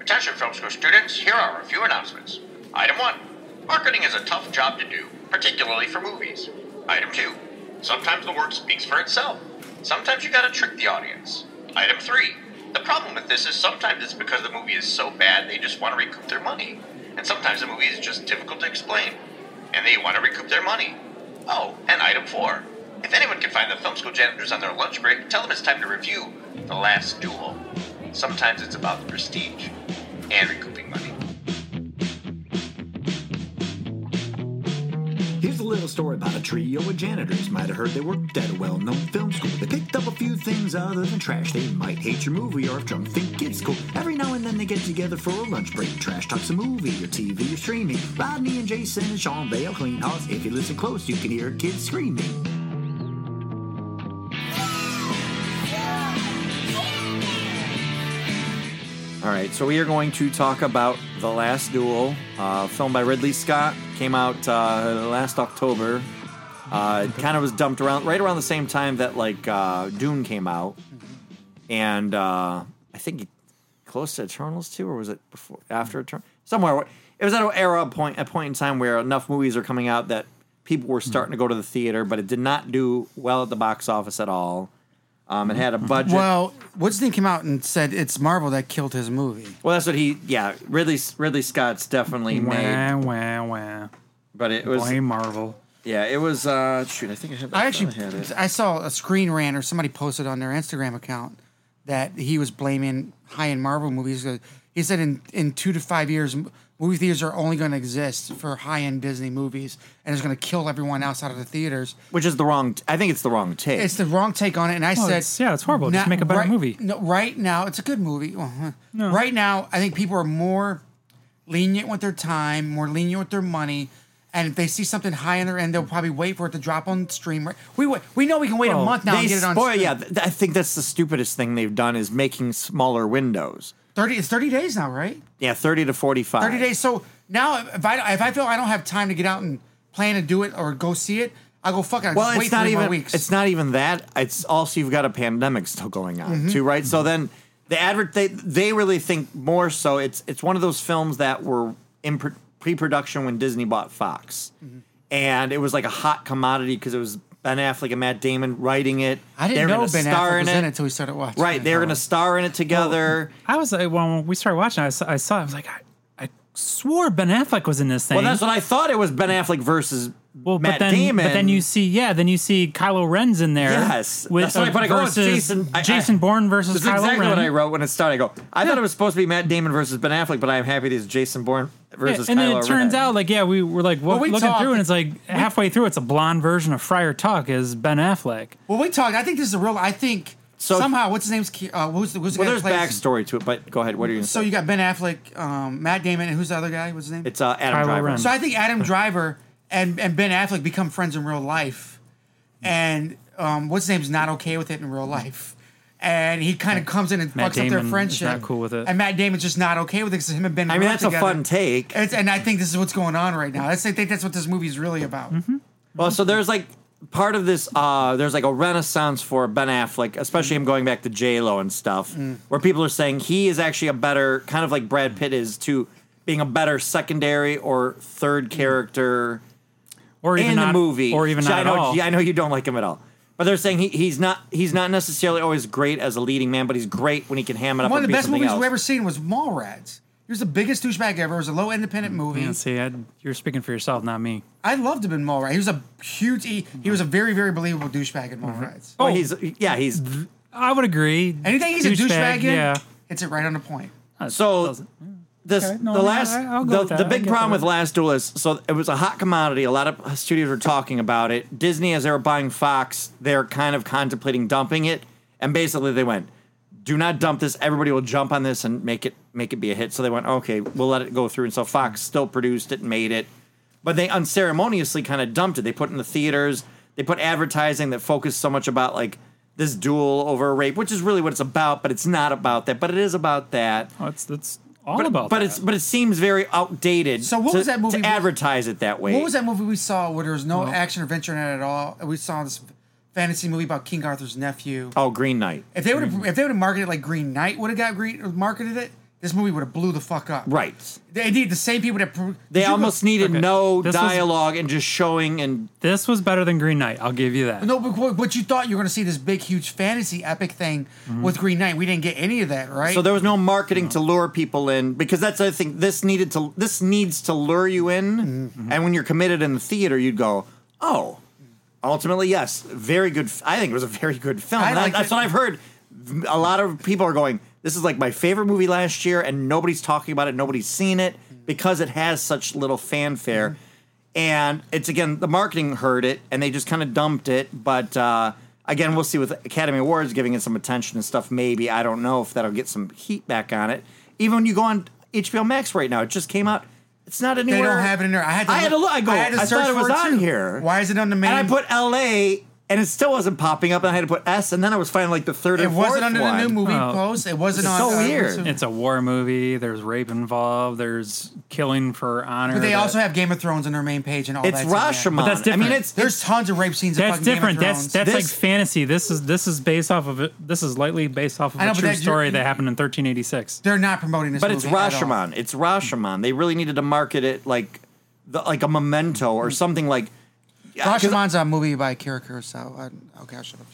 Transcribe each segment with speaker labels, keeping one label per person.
Speaker 1: Attention, film school students, here are a few announcements. Item 1 Marketing is a tough job to do, particularly for movies. Item 2 Sometimes the word speaks for itself. Sometimes you gotta trick the audience. Item 3 The problem with this is sometimes it's because the movie is so bad they just wanna recoup their money. And sometimes the movie is just difficult to explain. And they wanna recoup their money. Oh, and item 4 If anyone can find the film school janitors on their lunch break, tell them it's time to review The Last Duel. Sometimes it's about the prestige and recouping money.
Speaker 2: Here's a little story about a trio of janitors. Might have heard they worked at a well known film school. They picked up a few things other than trash. They might hate your movie or if drunk think it's cool. Every now and then they get together for a lunch break. Trash talks a movie or TV or streaming. Rodney and Jason and Sean, they'll clean house. If you listen close, you can hear kids screaming.
Speaker 3: All right, so we are going to talk about The Last Duel, uh, filmed by Ridley Scott. Came out uh, last October. Uh, it kind of was dumped around right around the same time that like uh, Dune came out, and uh, I think close to Eternals too, or was it before after Eternals? Somewhere where- it was at an era point, a point in time where enough movies are coming out that people were starting to go to the theater, but it did not do well at the box office at all. Um, it had a budget.
Speaker 4: Well, Woodstein came out and said it's Marvel that killed his movie.
Speaker 3: Well, that's what he. Yeah, Ridley Ridley Scott's definitely made,
Speaker 5: Wah, wah, wah.
Speaker 3: but it was
Speaker 5: Blame Marvel.
Speaker 3: yeah, it was. uh Shoot, I think I have.
Speaker 4: I
Speaker 3: thought
Speaker 4: actually
Speaker 3: had it.
Speaker 4: I saw a screen rant or somebody posted on their Instagram account that he was blaming high end Marvel movies. Uh, He said in in two to five years, m- movie theaters are only going to exist for high end Disney movies, and it's going to kill everyone else out of the theaters.
Speaker 3: which is the wrong. I think it's the wrong take.
Speaker 4: It's the wrong take on it, and I
Speaker 5: Well,
Speaker 4: said,
Speaker 5: it's- yeah, it's horrible. Just
Speaker 4: "Not-
Speaker 5: make a better
Speaker 4: right-
Speaker 5: movie."
Speaker 4: No, right now, it's a good movie. Well, huh. Right now, I think people are more lenient with their time, more lenient with their money, and if they see something high on their end, they'll probably wait for it to drop on stream. Right? We wa- we know we can wait a
Speaker 3: Well,
Speaker 4: month now
Speaker 3: they
Speaker 4: and get it on.
Speaker 3: spoil-
Speaker 4: stream.
Speaker 3: yeah, th- I think that's the stupidest thing they've done is making smaller windows.
Speaker 4: thirty. It's thirty days now, right?
Speaker 3: Yeah, thirty to forty-five.
Speaker 4: Thirty days. So now, if I if I feel I don't have time to get out and plan to do it or go see it, I'll go fuck it. I'll
Speaker 3: Well,
Speaker 4: just
Speaker 3: it's
Speaker 4: wait
Speaker 3: not
Speaker 4: three
Speaker 3: even.
Speaker 4: more weeks.
Speaker 3: It's not even that. It's also you've got a pandemic still going on
Speaker 4: Mm-hmm.
Speaker 3: too, right? So then the advert they they really think more so. It's it's one of those films that were in pre production when Disney bought Fox,
Speaker 4: Mm-hmm.
Speaker 3: and it was like a hot commodity because it was Ben Affleck and Matt Damon writing it.
Speaker 4: I
Speaker 3: They
Speaker 4: didn't
Speaker 3: were
Speaker 4: know
Speaker 3: gonna
Speaker 4: Ben
Speaker 3: star
Speaker 4: Affleck was in it until we started watching.
Speaker 3: Right, they were going to star in it together.
Speaker 5: I was like, well, when we started watching, I saw, I saw, I was like, I, I swore Ben Affleck was in this thing.
Speaker 3: Well, that's what I thought. It was Ben Affleck versus
Speaker 5: Well,
Speaker 3: Matt
Speaker 5: but then,
Speaker 3: Damon.
Speaker 5: but then you see, yeah, then you see Kylo Ren's in there. uh,
Speaker 3: Yes. That's what I put, I go, oh, it's
Speaker 5: versus
Speaker 3: Jason- I- I-
Speaker 5: Bourne versus
Speaker 3: That's
Speaker 5: Kylo
Speaker 3: exactly
Speaker 5: Ren.
Speaker 3: what I wrote when it started. I go, I thought it was supposed to be Matt Damon versus Ben Affleck, but I am happy it is Jason Bourne
Speaker 5: Yeah,
Speaker 3: versus
Speaker 5: and then
Speaker 3: Kylo
Speaker 5: it turns
Speaker 3: Ren.
Speaker 5: out, like, yeah, we were like
Speaker 4: Well, we
Speaker 5: looking
Speaker 4: talked-
Speaker 5: through, and it's like halfway through, it's a blonde version of Friar Tuck as Ben Affleck.
Speaker 4: Well, we talked. I think this is a real. I think
Speaker 3: So-
Speaker 4: somehow what's his name's Ke- uh, who's the who's the
Speaker 3: Well,
Speaker 4: guy
Speaker 3: there's
Speaker 4: who plays-
Speaker 3: backstory to it, but go ahead. What are you? Gonna
Speaker 4: So
Speaker 3: say?
Speaker 4: you got Ben Affleck, um, Matt Damon, and who's the other guy? What's his name?
Speaker 3: it's uh, Adam
Speaker 5: Kylo
Speaker 3: Driver.
Speaker 5: Ren.
Speaker 4: so I think Adam Driver and and Ben Affleck become friends in real life, and um, what's his name's not okay with it in real life. And he kind of comes in and
Speaker 5: Matt
Speaker 4: fucks up
Speaker 5: Damon
Speaker 4: their
Speaker 5: is
Speaker 4: friendship.
Speaker 5: not cool with it.
Speaker 4: And Matt Damon's just not okay with it because him and Ben.
Speaker 3: I mean,
Speaker 4: work
Speaker 3: that's a
Speaker 4: together.
Speaker 3: fun take.
Speaker 4: It's, and I think this is what's going on right now. That's, I think that's what this movie's really about.
Speaker 3: Mm-hmm. Well, so there's like part of this. Uh, there's like a renaissance for Ben Affleck, especially him going back to J Lo and stuff,
Speaker 4: Mm.
Speaker 3: where people are saying he is actually a better, kind of like Brad Pitt is to being a better secondary or
Speaker 4: Mm.
Speaker 3: third character.
Speaker 5: Or even
Speaker 3: in
Speaker 5: not,
Speaker 3: the movie,
Speaker 5: or even
Speaker 3: which
Speaker 5: not
Speaker 3: I
Speaker 5: at
Speaker 3: know,
Speaker 5: all.
Speaker 3: I know you don't like him at all, but they're saying he, he's not he's not necessarily always great as a leading man, but he's great when he can ham it up.
Speaker 4: One
Speaker 3: and
Speaker 4: of the
Speaker 3: be
Speaker 4: best
Speaker 3: something
Speaker 4: movies
Speaker 3: else.
Speaker 4: we've ever seen was Mallrats. He was the biggest douchebag ever. It was a low
Speaker 3: Mm,
Speaker 4: independent movie.
Speaker 5: Yeah, see, I, you're speaking for yourself, not me.
Speaker 4: I loved him in Mallrats. He was a huge. He, he was a very very believable douchebag in
Speaker 3: Mm-hmm.
Speaker 4: Mallrats.
Speaker 3: Well, he's yeah, he's
Speaker 5: I would agree.
Speaker 4: Anything he's a douchebag in,
Speaker 5: Yeah.
Speaker 4: hits it right on the point.
Speaker 3: so. This,
Speaker 5: Okay, no,
Speaker 3: the
Speaker 5: no,
Speaker 3: last
Speaker 5: I- I'll go
Speaker 3: the,
Speaker 5: with that.
Speaker 3: the
Speaker 5: I
Speaker 3: big
Speaker 5: get
Speaker 3: problem
Speaker 5: that.
Speaker 3: with Last Duel is so it was a hot commodity. A lot of studios were talking about it. Disney, as they were buying Fox, they're kind of contemplating dumping it, and basically they went, "Do not dump this. Everybody will jump on this and make it make it be a hit." So they went, "Okay, we'll let it go through." And so Fox still produced it and made it, but they unceremoniously kind of dumped it. They put it in the theaters. They put advertising that focused so much about like this duel over rape, which is really what it's about, but it's not about that. But it is about that
Speaker 5: Oh, it's, it's all
Speaker 3: but,
Speaker 5: about
Speaker 3: but
Speaker 5: that.
Speaker 3: it's but it seems very outdated.
Speaker 4: So what
Speaker 3: to,
Speaker 4: was that movie-
Speaker 3: to advertise it that way?
Speaker 4: What was that movie we saw where there was no action or adventure in it at all? We saw this fantasy movie about King Arthur's nephew.
Speaker 3: Oh, Green Knight.
Speaker 4: If they would have if they would have marketed it like Green Knight would have got green marketed it, this movie would have blew the fuck up.
Speaker 3: Right.
Speaker 4: They need the same people that. pro-
Speaker 3: They
Speaker 4: Did you
Speaker 3: almost
Speaker 4: go-
Speaker 3: needed
Speaker 5: Okay.
Speaker 3: no
Speaker 5: This was-
Speaker 3: dialogue and just showing and
Speaker 5: This was better than Green Knight. I'll give you that.
Speaker 4: No, but what- what you thought you were going to see this big, huge fantasy epic thing with Green Knight. We didn't get any of that, right?
Speaker 3: Mm-hmm. so there was no marketing to lure people in because that's the other thing. This needed to this needs to lure you in,
Speaker 4: Mm-hmm.
Speaker 3: and when you're committed in the theater, you'd go, oh. Ultimately, yes, very good. f- I think it was a very good film.
Speaker 4: I
Speaker 3: And that-
Speaker 4: liked
Speaker 3: that's
Speaker 4: it.
Speaker 3: what I've heard. A lot of people are going, this is like my favorite movie last year, and nobody's talking about it, nobody's seen it because it has such little fanfare.
Speaker 4: Mm-hmm.
Speaker 3: And it's again the marketing heard it, and they just kind of dumped it. But uh, again, we'll see with Academy Awards giving it some attention and stuff. Maybe I don't know if that'll get some heat back on it. Even when you go on HBO Max right now, it just came out. It's not
Speaker 4: they
Speaker 3: anywhere.
Speaker 4: don't have it in there. I had to.
Speaker 3: I had to look. I go. I,
Speaker 4: had to search
Speaker 3: thought it
Speaker 4: for
Speaker 3: was on
Speaker 4: too.
Speaker 3: here.
Speaker 4: Why is it on the main?
Speaker 3: And I put L.A. and it still wasn't popping up. And I had to put S. And then I was finding like the third.
Speaker 4: It
Speaker 3: and fourth
Speaker 4: wasn't under
Speaker 3: one.
Speaker 4: the new movie
Speaker 5: Oh.
Speaker 4: post. It wasn't
Speaker 3: It's
Speaker 4: on.
Speaker 3: so
Speaker 4: uh,
Speaker 3: weird.
Speaker 4: so-
Speaker 5: It's a war movie. There's rape involved. There's killing for honor.
Speaker 4: But they
Speaker 5: that-
Speaker 4: also have Game of Thrones on their main page and all
Speaker 3: It's
Speaker 4: that.
Speaker 3: Rashomon.
Speaker 5: But that's
Speaker 3: I mean,
Speaker 5: different.
Speaker 3: it's
Speaker 4: There's tons of rape scenes. in
Speaker 5: That's
Speaker 4: fucking Game of
Speaker 5: different. That's
Speaker 4: Thrones.
Speaker 5: that's like
Speaker 3: This-
Speaker 5: fantasy. This is this is based off of it. This is lightly based off of
Speaker 4: I know,
Speaker 5: a
Speaker 4: but
Speaker 5: true
Speaker 4: that-
Speaker 5: story
Speaker 4: you're-
Speaker 5: that happened in 1386.
Speaker 4: They're not promoting this.
Speaker 3: But it's
Speaker 4: movie at all.
Speaker 3: Rashomon. It's Rashomon. They really needed to market it like the, like a memento or something like. yeah, 'cause-
Speaker 4: Rashomon's a movie by Kira Kurosawa. I- Okay, I should have.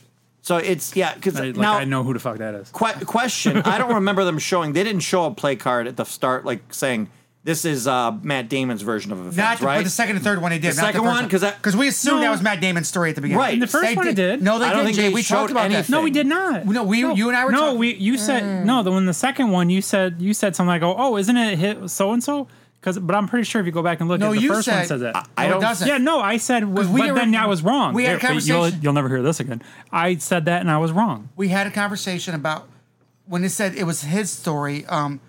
Speaker 3: So it's yeah because
Speaker 5: I, like
Speaker 3: now
Speaker 5: I know who the fuck that is.
Speaker 3: que- question I don't remember them showing they didn't show a play card at the start like saying this is uh, Matt Damon's version of events
Speaker 4: Not the,
Speaker 3: right
Speaker 4: but the second and third one they did.
Speaker 3: The
Speaker 4: not
Speaker 3: second
Speaker 4: the first
Speaker 3: one, 'cause that-
Speaker 4: because we assumed that
Speaker 5: No.
Speaker 4: was Matt Damon's story at the beginning.
Speaker 3: Right. The
Speaker 5: first
Speaker 4: They
Speaker 5: one it did.
Speaker 4: No, they
Speaker 3: I don't
Speaker 4: didn't.
Speaker 3: think
Speaker 4: Jay,
Speaker 3: they
Speaker 4: we talked
Speaker 3: showed
Speaker 4: about that.
Speaker 3: anything.
Speaker 5: No, we did not.
Speaker 4: No, we- you and I were
Speaker 5: No,
Speaker 4: talking-
Speaker 5: we. You said
Speaker 3: Mm.
Speaker 5: no. The one, the second one, you said you said something like, "Oh, oh isn't it hit so and so?" Because, but I'm pretty sure if you go back and look,
Speaker 4: No,
Speaker 5: at the
Speaker 4: you
Speaker 5: first
Speaker 4: said.
Speaker 5: one says that.
Speaker 3: I
Speaker 4: no,
Speaker 3: don't-
Speaker 4: It doesn't.
Speaker 5: yeah, no, I said, but
Speaker 4: 'Cause we
Speaker 5: then
Speaker 4: already-
Speaker 5: I was wrong.
Speaker 4: we had a
Speaker 5: There- but you'll,
Speaker 4: conversation.
Speaker 5: you'll never hear this again. I said that and I was wrong.
Speaker 4: we had a conversation about when it said it was his story. Um,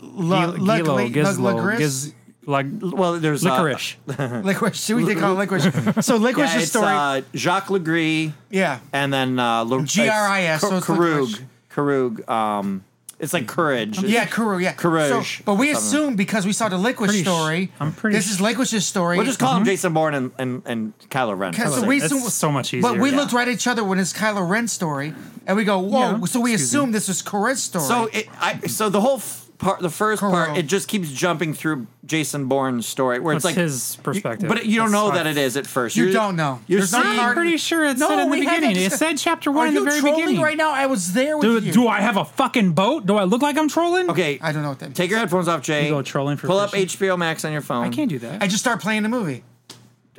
Speaker 4: La-
Speaker 5: Gil-
Speaker 4: La-
Speaker 5: Gilo,
Speaker 4: La-
Speaker 5: Gizlo,
Speaker 4: Lagris?
Speaker 5: Giz- Lag-
Speaker 3: well there's uh,
Speaker 5: licorice.
Speaker 4: Licorice. Should we did call it licorice? So
Speaker 3: yeah,
Speaker 4: licorice's
Speaker 3: it's,
Speaker 4: story.
Speaker 3: uh, Jacques Legree
Speaker 4: yeah.
Speaker 3: and then uh, Lo- it's
Speaker 4: G.R.I.S., so it's
Speaker 3: Karug
Speaker 4: licorice.
Speaker 3: Karug um it's like courage
Speaker 4: Yeah, Kuru, yeah.
Speaker 3: Courage
Speaker 4: So, but we
Speaker 3: or something.
Speaker 4: assume because we saw the Licorice
Speaker 5: Pretty sh-
Speaker 4: story.
Speaker 5: I'm pretty
Speaker 4: This is
Speaker 5: sh-
Speaker 4: Licorice's story.
Speaker 3: we'll just call him Jason Bourne and and, and Kylo Ren
Speaker 4: Okay,
Speaker 5: That's-
Speaker 4: so we
Speaker 5: that's
Speaker 4: assume-
Speaker 5: so much
Speaker 4: But
Speaker 5: easier.
Speaker 4: we
Speaker 5: Yeah.
Speaker 4: looked right at each other when it's Kylo Ren's story, and we go, "Whoa!"
Speaker 5: Yeah.
Speaker 4: So we
Speaker 5: Excuse
Speaker 4: assume this is Cora's story.
Speaker 3: So it, I, so the whole f- part, the first part,
Speaker 4: Correct.
Speaker 3: it just keeps jumping through Jason Bourne's story, where it's
Speaker 5: That's
Speaker 3: like
Speaker 5: his perspective.
Speaker 3: but you don't
Speaker 5: That's
Speaker 3: know
Speaker 5: why-
Speaker 3: that it is at first.
Speaker 4: You
Speaker 3: You're-
Speaker 4: don't know.
Speaker 3: You're
Speaker 4: There's not
Speaker 3: seeing-
Speaker 5: I'm
Speaker 4: hard-
Speaker 5: pretty sure it said in the
Speaker 4: we had that
Speaker 5: beginning. It
Speaker 4: discuss-
Speaker 5: said chapter
Speaker 4: Are
Speaker 5: one in the
Speaker 4: you
Speaker 5: very
Speaker 4: trolling
Speaker 5: beginning.
Speaker 4: right now? I was there with
Speaker 5: do,
Speaker 4: you.
Speaker 5: do I have a fucking boat? Do I look like I'm trolling?
Speaker 3: okay.
Speaker 4: I don't know what that
Speaker 3: Take your headphones off, Jay.
Speaker 5: You go trolling for
Speaker 3: Pull up
Speaker 5: fishing.
Speaker 3: HBO Max on your phone.
Speaker 5: I can't do that.
Speaker 4: I just start playing the movie.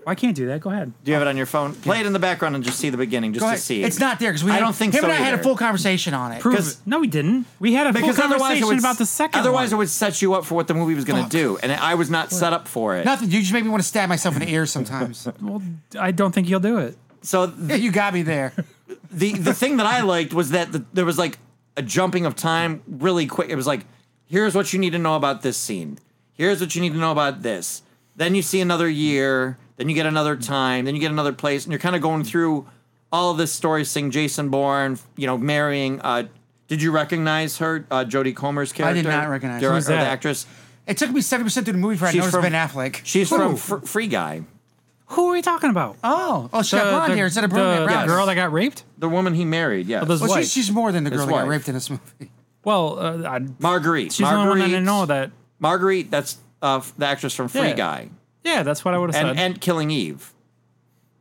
Speaker 5: I can't do that. Go ahead.
Speaker 3: Do you have it on your phone? Play it in the background and just see the beginning, just
Speaker 4: Go
Speaker 3: to
Speaker 4: ahead.
Speaker 3: see.
Speaker 4: It's not there because we.
Speaker 3: I
Speaker 4: had-
Speaker 3: don't think
Speaker 4: him
Speaker 3: so
Speaker 4: and I had a
Speaker 3: either.
Speaker 4: full conversation on it.
Speaker 5: Prove
Speaker 3: 'Cause-
Speaker 5: it. No, we didn't. We had a full
Speaker 3: because otherwise,
Speaker 5: conversation
Speaker 3: it would,
Speaker 5: about the second.
Speaker 3: Otherwise,
Speaker 5: one.
Speaker 3: it would set you up for what the movie was going to
Speaker 4: Fuck.
Speaker 3: do, and I was not set up for it.
Speaker 4: Nothing. You just make me want to stab myself in the ear sometimes.
Speaker 5: Well, I don't think you'll do it.
Speaker 3: So th-
Speaker 4: you got me there.
Speaker 3: the the thing that I liked was that the, there was like a jumping of time really quick. It was like, here's what you need to know about this scene. Here's what you need to know about this. Then you see another year. Then you get another time. Then you get another place, and you're kind of going through all of this story. Seeing Jason Bourne, you know, marrying. Uh, did you recognize her, uh, Jodie Comer's
Speaker 4: I
Speaker 3: character?
Speaker 4: did not recognize her.
Speaker 3: her.
Speaker 4: Who's
Speaker 3: The
Speaker 5: that?
Speaker 3: actress.
Speaker 4: It took me seventy percent through the movie before I noticed Ben Affleck.
Speaker 3: She's
Speaker 4: Who?
Speaker 3: from Fr- Free Guy.
Speaker 5: Who are we talking about?
Speaker 4: Oh, oh, she got blonde hair instead of brunette.
Speaker 5: the,
Speaker 4: brown.
Speaker 5: the girl that got raped.
Speaker 3: The woman he married. Yeah.
Speaker 5: there's-
Speaker 4: Well, she's,
Speaker 5: wife.
Speaker 4: she's more than the girl
Speaker 3: His
Speaker 4: that got
Speaker 3: wife.
Speaker 4: raped in this movie.
Speaker 5: Well, uh, I,
Speaker 3: Marguerite.
Speaker 5: she's the only one I didn't know that.
Speaker 3: Marguerite. That's uh, f- the actress from Free
Speaker 5: Yeah.
Speaker 3: Guy.
Speaker 5: Yeah, that's what I would have said.
Speaker 3: and, and Killing Eve,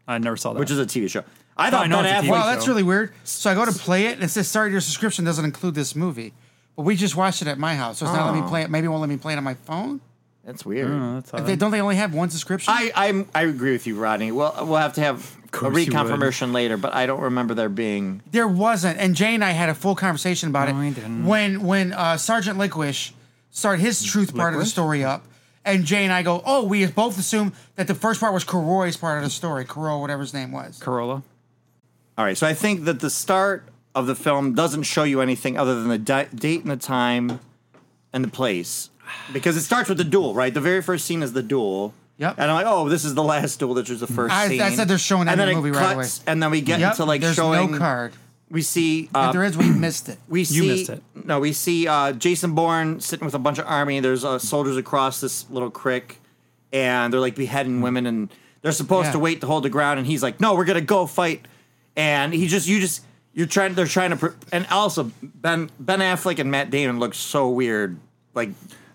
Speaker 5: I never saw that.
Speaker 3: which is a TV show. I thought
Speaker 5: Oh, I know
Speaker 3: Ben
Speaker 5: it's a TV
Speaker 3: Affleck.
Speaker 4: Wow,
Speaker 5: think
Speaker 4: that's
Speaker 5: so.
Speaker 4: really weird. So I go to play it, and it says, "Sorry, your subscription doesn't include this movie." But we just watched it at my house, so it's not letting me
Speaker 5: Oh.
Speaker 4: play it. Maybe it won't let me play it on my phone.
Speaker 3: That's weird.
Speaker 5: That's odd.
Speaker 4: They, don't they only have one subscription?
Speaker 3: I I'm, I agree with you, Rodney. Well, we'll have to have a
Speaker 5: course you
Speaker 3: reconfirmation later, but I don't remember there being.
Speaker 4: there wasn't, and Jay and I had a full conversation about
Speaker 5: No,
Speaker 4: it
Speaker 5: we didn't.
Speaker 4: when when uh, Sergeant Lickwish started his truth part of the
Speaker 5: Lickwish?
Speaker 4: story up, and Jay and I go, "Oh, we both assume that the first part was Karoy's part of the story, Karoy, whatever his name was."
Speaker 5: Corolla.
Speaker 3: All right, so I think that the start of the film doesn't show you anything other than the di- date and the time and the place, because it starts with the duel, right? The very first scene is the duel.
Speaker 4: Yep.
Speaker 3: And I'm like, oh, this is the last duel. This is the first
Speaker 4: I- I
Speaker 3: scene.
Speaker 4: said they're showing that
Speaker 3: and
Speaker 4: in
Speaker 3: then
Speaker 4: the
Speaker 3: it
Speaker 4: movie right
Speaker 3: cuts,
Speaker 4: away.
Speaker 3: And then we get
Speaker 4: Yep,
Speaker 3: into like
Speaker 4: there's
Speaker 3: showing.
Speaker 4: no card.
Speaker 3: We see
Speaker 4: If
Speaker 3: uh,
Speaker 4: there is, we missed it.
Speaker 3: We see,
Speaker 5: missed it.
Speaker 3: No, we see uh, Jason Bourne sitting with a bunch of army. There's uh, soldiers across this little creek, and they're like
Speaker 5: Hmm.
Speaker 3: beheading women, and they're supposed
Speaker 4: Yeah.
Speaker 3: to wait to hold the ground. And he's like, "No, we're gonna go fight." And he just, you just, you're trying. They're trying to. Pr- and also, Ben Ben Affleck and Matt Damon look so weird Like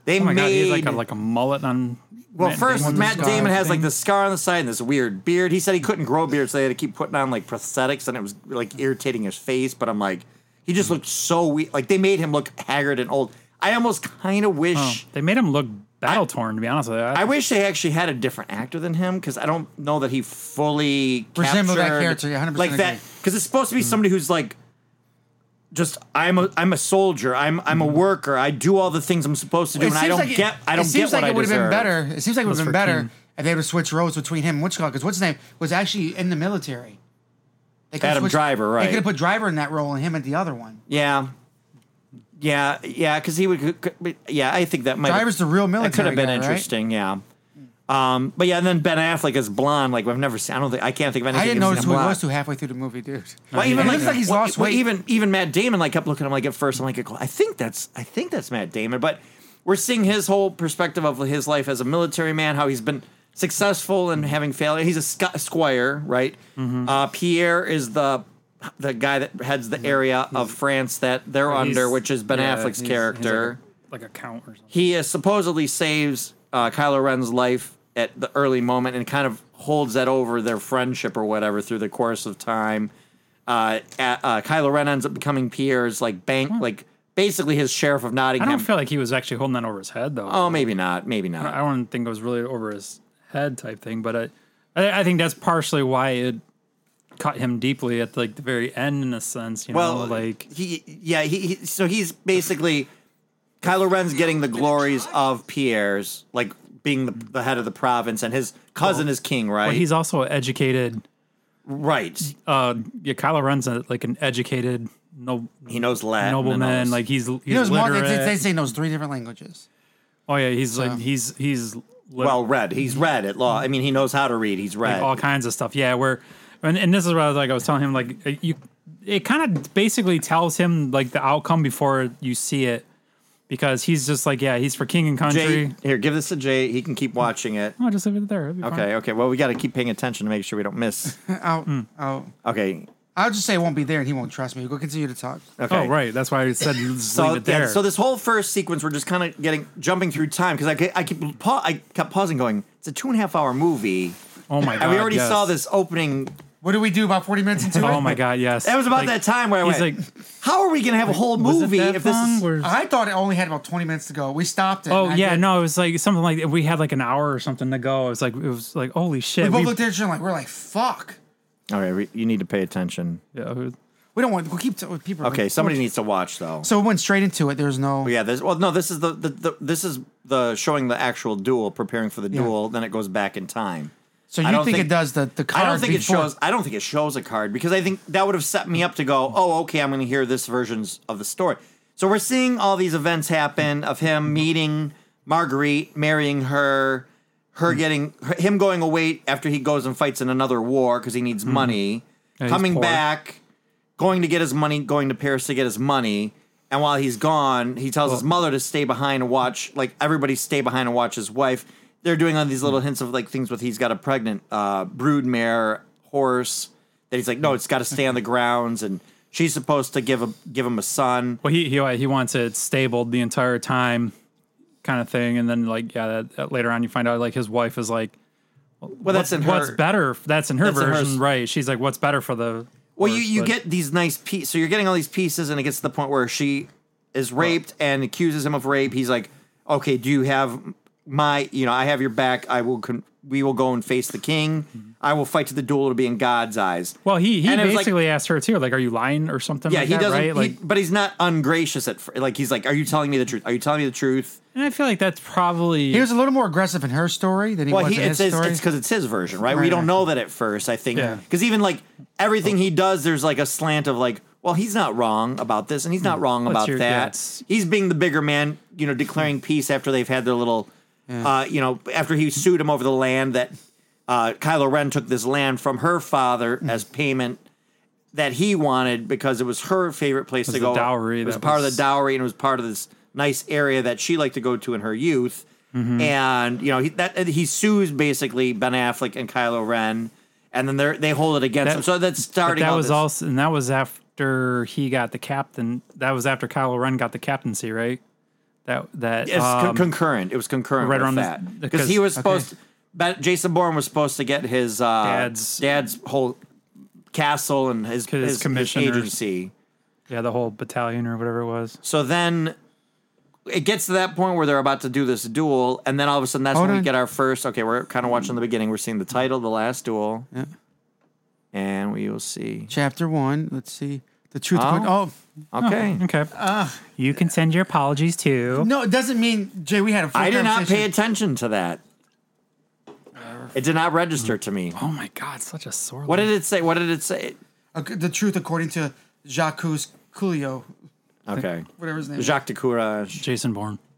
Speaker 3: they
Speaker 5: Oh my
Speaker 3: made
Speaker 5: god, he's like a like a mullet on.
Speaker 3: well, first
Speaker 5: Damon's
Speaker 3: Matt
Speaker 5: scar
Speaker 3: Damon has
Speaker 5: thing.
Speaker 3: like this scar on the side and this weird beard. He said he couldn't grow a beard, so they had to keep putting on like prosthetics, and it was like irritating his face. But I'm like, he just looked so weak. Like they made him look haggard and old. I almost kind of wish.
Speaker 5: Oh, they made him look battle torn. To be honest with you,
Speaker 3: I wish they actually had a different actor than him because I don't know that he fully
Speaker 4: Resembled that
Speaker 3: captured-
Speaker 4: character, yeah, 100%
Speaker 3: like that
Speaker 4: agree. Hmm.
Speaker 3: because it's supposed to be somebody who's like, just I'm a I'm a soldier. I'm I'm a worker. I do all the things I'm supposed to do, and I don't
Speaker 4: Hmm. it-
Speaker 3: get I don't
Speaker 4: it
Speaker 3: get
Speaker 4: seems
Speaker 3: what I
Speaker 4: like it would have been
Speaker 3: deserve.
Speaker 4: better. It seems like it would have been
Speaker 5: Those for
Speaker 4: better
Speaker 5: King.
Speaker 4: if they would have switched roles between him and what's called because what's his name was actually in the military. They could've
Speaker 3: Adam Driver, right.
Speaker 4: They could have put Driver in that role and him at the other one.
Speaker 3: Yeah, yeah, yeah. Because he would. Yeah, I think that might.
Speaker 4: Driver's the real
Speaker 3: That could
Speaker 4: military
Speaker 3: have been
Speaker 4: guy, right?
Speaker 3: interesting. Yeah. Um, but yeah, and then Ben Affleck is blonde. Like I've never seen. I don't think I can't think of anything.
Speaker 4: I didn't
Speaker 3: he's
Speaker 4: notice
Speaker 3: been
Speaker 4: who he
Speaker 3: blonde.
Speaker 4: was to halfway through the movie, dude.
Speaker 3: Well, even
Speaker 4: it
Speaker 3: like,
Speaker 4: looks like he's
Speaker 3: well,
Speaker 4: lost
Speaker 3: well,
Speaker 4: weight.
Speaker 3: Even even Matt Damon like kept looking at him like at first. I'm like, I think that's I think that's Matt Damon, but we're seeing his whole perspective of his life as a military man, how he's been successful and having failure. He's a squ- squire, right? Uh, Pierre is the the guy that heads the area of France that they're under,
Speaker 5: He's-
Speaker 3: which is Ben
Speaker 5: yeah,
Speaker 3: Affleck's
Speaker 5: he's- he's
Speaker 3: character.
Speaker 5: like, a, like a count or something.
Speaker 3: he is supposedly saves uh, Kylo Ren's life at the early moment and kind of holds that over their friendship or whatever through the course of time. Uh, a- uh, Kylo Ren ends up becoming Pierre's like bank, like basically his sheriff of
Speaker 5: Hmm. I
Speaker 3: Nottingham.
Speaker 5: don't feel like he was actually holding that over his head though.
Speaker 3: oh, maybe not, maybe not.
Speaker 5: I don't think it was really over his head type thing, but I, I, I think that's partially why it cut him deeply at like the very end in a sense. You
Speaker 3: well,
Speaker 5: know, like
Speaker 3: he, yeah, he, he. So he's basically Kylo Ren's getting the glories of Pierre's, like being the, the head of the province, and his cousin is king, right?
Speaker 5: but he's also educated.
Speaker 3: right.
Speaker 5: Uh, yeah, Kylo Ren's a, like an educated no,
Speaker 3: He knows Latin. and all
Speaker 5: nobleman.
Speaker 3: this.
Speaker 5: Like he's he's
Speaker 4: He knows more. They,
Speaker 5: literate.
Speaker 4: they they say he knows three different languages.
Speaker 5: oh yeah, he's like he's he's lit-
Speaker 3: well read. He's read at law. I mean, he knows how to read. He's read.
Speaker 5: like, all kinds of stuff. Yeah, where and, and this is what I was like I was telling him like uh, you it kind of basically tells him like the outcome before you see it because he's just like yeah, he's for king and country.
Speaker 3: Jay, here, give this to Jay. He can keep watching it.
Speaker 5: Oh, just leave it there. It'll be fine.
Speaker 3: Okay, okay. Well, we got to keep paying attention to make sure we don't miss.
Speaker 4: Oh,
Speaker 3: Hmm.
Speaker 4: oh.
Speaker 3: Okay,
Speaker 4: I'll just say it won't be there, and he won't trust me. We'll continue to talk.
Speaker 3: okay.
Speaker 5: Oh, right. That's why I said just
Speaker 3: So,
Speaker 5: leave it
Speaker 3: yeah,
Speaker 5: there.
Speaker 3: so this whole first sequence, we're just kind of getting jumping through time because I, ke- I keep pa- I kept pausing, going, "It's a two and a half hour movie."
Speaker 5: oh my god.
Speaker 3: and we already
Speaker 5: yes.
Speaker 3: saw this opening.
Speaker 4: What do we do about forty minutes into it?
Speaker 5: Oh my god, yes.
Speaker 3: That was about
Speaker 5: Like,
Speaker 3: that time where I
Speaker 5: he's
Speaker 3: went,
Speaker 5: like,
Speaker 3: "How are we gonna have a whole
Speaker 5: was it
Speaker 3: movie
Speaker 5: that
Speaker 3: if this
Speaker 5: long?
Speaker 3: is?"
Speaker 5: Where-
Speaker 4: I thought it only had about twenty minutes to go. We stopped it.
Speaker 5: Oh
Speaker 4: and I
Speaker 5: yeah,
Speaker 4: did-
Speaker 5: no, it was like something like we had like an hour or something to go. It was like it was like holy shit.
Speaker 4: We both
Speaker 5: we-
Speaker 4: looked at each other like we're like, "Fuck."
Speaker 3: All right, we- you need to pay attention.
Speaker 5: yeah, it was-
Speaker 4: We don't want. We'll keep t- people.
Speaker 3: Okay, somebody needs to watch though.
Speaker 4: So we went straight into it. There's no.
Speaker 3: Yeah, this well no, this is the, the, the this is the showing the actual duel, preparing for the
Speaker 4: Yeah.
Speaker 3: duel, then it goes back in time.
Speaker 4: So
Speaker 3: I
Speaker 4: you
Speaker 3: don't
Speaker 4: think,
Speaker 3: think-
Speaker 4: it does the the card?
Speaker 3: I don't think
Speaker 4: before.
Speaker 3: it shows I don't think it shows a card because I think that would have set me up to go, "Oh, okay, I'm going to hear this versions of the story." So we're seeing all these events happen of him meeting Marguerite, marrying her,
Speaker 4: Hmm.
Speaker 3: her getting her, him going away after he goes and fights in another war because he needs
Speaker 4: Hmm.
Speaker 3: money,
Speaker 5: he's
Speaker 3: coming
Speaker 5: poor.
Speaker 3: back, going to get his money, going to Paris to get his money. And while he's gone, he tells his mother to stay behind and watch, like everybody stay behind and watch his wife. They're doing all these little
Speaker 5: Hmm.
Speaker 3: hints of like things with he's got a pregnant uh, broodmare horse that he's like, no, it's got to stay on the grounds, and she's supposed to give a give him a son.
Speaker 5: well, he he he wants it stabled the entire time, kind of thing. And then like yeah, that, that later on you find out like his wife is like,
Speaker 3: Well, that's in her.
Speaker 5: what's better? That's in her
Speaker 3: That's in hers.
Speaker 5: version, right? She's like, what's better for the
Speaker 3: Well, you,
Speaker 5: horse,
Speaker 3: you
Speaker 5: but-
Speaker 3: get these nice pieces. So you're getting all these pieces, and it gets to the point where she is raped and accuses him of rape. He's like, "Okay, do you have my? You know, I have your back. I will. Con- we will go and face the king. I will fight to the duel to be in God's eyes."
Speaker 5: Mm-hmm. Well, he he
Speaker 3: And it was like-
Speaker 5: basically asked her too, like, are you lying or something?
Speaker 3: yeah,
Speaker 5: like
Speaker 3: he
Speaker 5: that,
Speaker 3: doesn't.
Speaker 5: Right?
Speaker 3: he-
Speaker 5: like,
Speaker 3: but he's not ungracious at. fir- Like he's like, "Are you telling me the truth? Are you telling me the truth?"
Speaker 5: and I feel like that's probably
Speaker 4: He was a little more aggressive in her story than he
Speaker 3: Well,
Speaker 4: was
Speaker 3: he,
Speaker 4: in
Speaker 3: it's
Speaker 4: his
Speaker 3: his,
Speaker 4: story.
Speaker 3: it's because it's his version, right? we
Speaker 4: Right,
Speaker 3: don't
Speaker 4: right.
Speaker 3: know that at first. I think
Speaker 5: Yeah.
Speaker 3: because even like everything he does, there's like a slant of like, well, he's not wrong about this, and he's not wrong about
Speaker 5: your-
Speaker 3: that.
Speaker 5: yeah, it's-
Speaker 3: he's being the bigger man, you know, declaring peace after they've had their little, uh, you know, after he sued him over the land that uh, Kylo Ren took this land from her father as payment that he wanted because it was her favorite place to
Speaker 5: the
Speaker 3: go.
Speaker 5: dowry
Speaker 3: It was
Speaker 5: that
Speaker 3: part of
Speaker 5: was-
Speaker 3: the dowry, and it was part of this nice area that she liked to go to in her youth.
Speaker 5: Mm-hmm.
Speaker 3: And you know he, that and he sues basically Ben Affleck and Kylo Ren, and then they they hold it against
Speaker 5: That-
Speaker 3: him. So that's
Speaker 5: but
Speaker 3: starting.
Speaker 5: that
Speaker 3: all
Speaker 5: was
Speaker 3: this-
Speaker 5: also and that was after he got the captain. That was after Kylo Ren got the captaincy, right? that that
Speaker 3: It's con-
Speaker 5: um,
Speaker 3: concurrent. It was concurrent
Speaker 5: right
Speaker 3: right
Speaker 5: around
Speaker 3: around
Speaker 5: this-
Speaker 3: that because
Speaker 5: because-
Speaker 3: he was
Speaker 4: okay.
Speaker 3: supposed. but Jason Bourne was supposed to get his uh,
Speaker 5: Dad's-
Speaker 3: dad's whole castle and his
Speaker 5: His
Speaker 3: his, his
Speaker 5: commissioners.
Speaker 3: agency.
Speaker 5: yeah the whole battalion or whatever it was.
Speaker 3: So then it gets to that point where they're about to do this duel, and then all of a sudden that's
Speaker 4: Hold
Speaker 3: when we
Speaker 4: on.
Speaker 3: get our first. Okay, we're kind of watching the beginning. We're seeing the title, the last duel,
Speaker 4: Yeah.
Speaker 3: and we will see.
Speaker 4: Chapter one. Let's see. The truth.
Speaker 3: Oh.
Speaker 4: point- Oh.
Speaker 3: Okay,
Speaker 5: Okay,
Speaker 3: Ah.
Speaker 5: you can send your apologies to.
Speaker 4: no, it doesn't mean Jay. We had a. Full
Speaker 3: I did not pay
Speaker 4: conversation.
Speaker 3: attention to that. It did not register to me.
Speaker 5: Oh my god, such a sore.
Speaker 3: What did it say? What did it say?
Speaker 4: Ac- the truth according to Jacques Coolio,
Speaker 3: Okay,
Speaker 4: whatever his name. is.
Speaker 3: Jacques de Courage,
Speaker 5: Jason Bourne.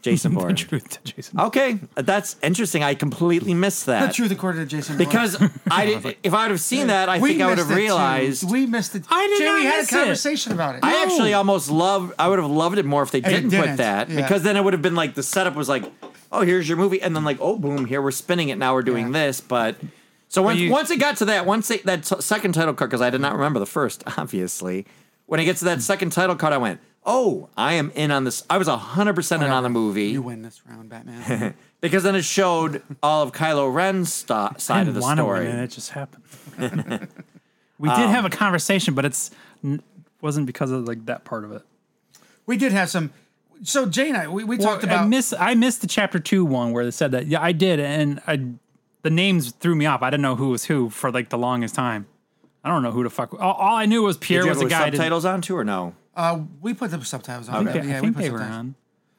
Speaker 3: Jason
Speaker 5: The
Speaker 3: Bourne.
Speaker 5: truth to Jason.
Speaker 3: Okay, that's interesting. I completely missed
Speaker 4: The
Speaker 3: that
Speaker 4: truth according to Jason. Bourne.
Speaker 3: because I did, if I would have seen that, I
Speaker 4: we
Speaker 3: think I would
Speaker 4: missed
Speaker 3: have
Speaker 4: it, too.
Speaker 3: realized.
Speaker 4: we missed it.
Speaker 5: I did
Speaker 4: Jay, we
Speaker 5: not
Speaker 4: had a
Speaker 5: miss it.
Speaker 4: conversation about it.
Speaker 3: I actually almost love. I would have loved it more if they didn't, put
Speaker 4: didn't,
Speaker 3: that
Speaker 4: yeah.
Speaker 3: because then it would have been like the setup was like, oh, here's your movie, and then like, oh, boom, here we're spinning it. Now we're doing
Speaker 4: Yeah.
Speaker 3: this, but. So once,
Speaker 5: you-
Speaker 3: once it got to that, once they, that t- second title cut, because I did not remember the first, obviously. When it gets to that second title cut, I went, "Oh, I am in on this. I was hundred percent in on the movie."
Speaker 4: You win this round, Batman.
Speaker 3: Because then it showed all of Kylo Ren's sto-
Speaker 5: I
Speaker 3: side of the
Speaker 5: didn't want to win,
Speaker 3: story.
Speaker 5: and it just happened. we did have a conversation, but it's n- wasn't because of like that part of it.
Speaker 4: we did have some. So Jay and I, we, we talked
Speaker 5: I
Speaker 4: about.
Speaker 5: miss I missed the chapter two one where they said that. Yeah, I did, and I the names threw me off. I didn't know who was who for like the longest time. I don't know who the fuck. All, all I knew was
Speaker 3: Did
Speaker 5: Pierre
Speaker 3: you
Speaker 5: was
Speaker 3: have
Speaker 5: the
Speaker 3: the
Speaker 5: guy. that-
Speaker 3: subtitles on too, or no?
Speaker 4: uh, we put the subtitles on.
Speaker 5: I think,
Speaker 4: Yeah,
Speaker 5: I
Speaker 4: we
Speaker 5: think
Speaker 4: put
Speaker 5: they were
Speaker 4: subtitles.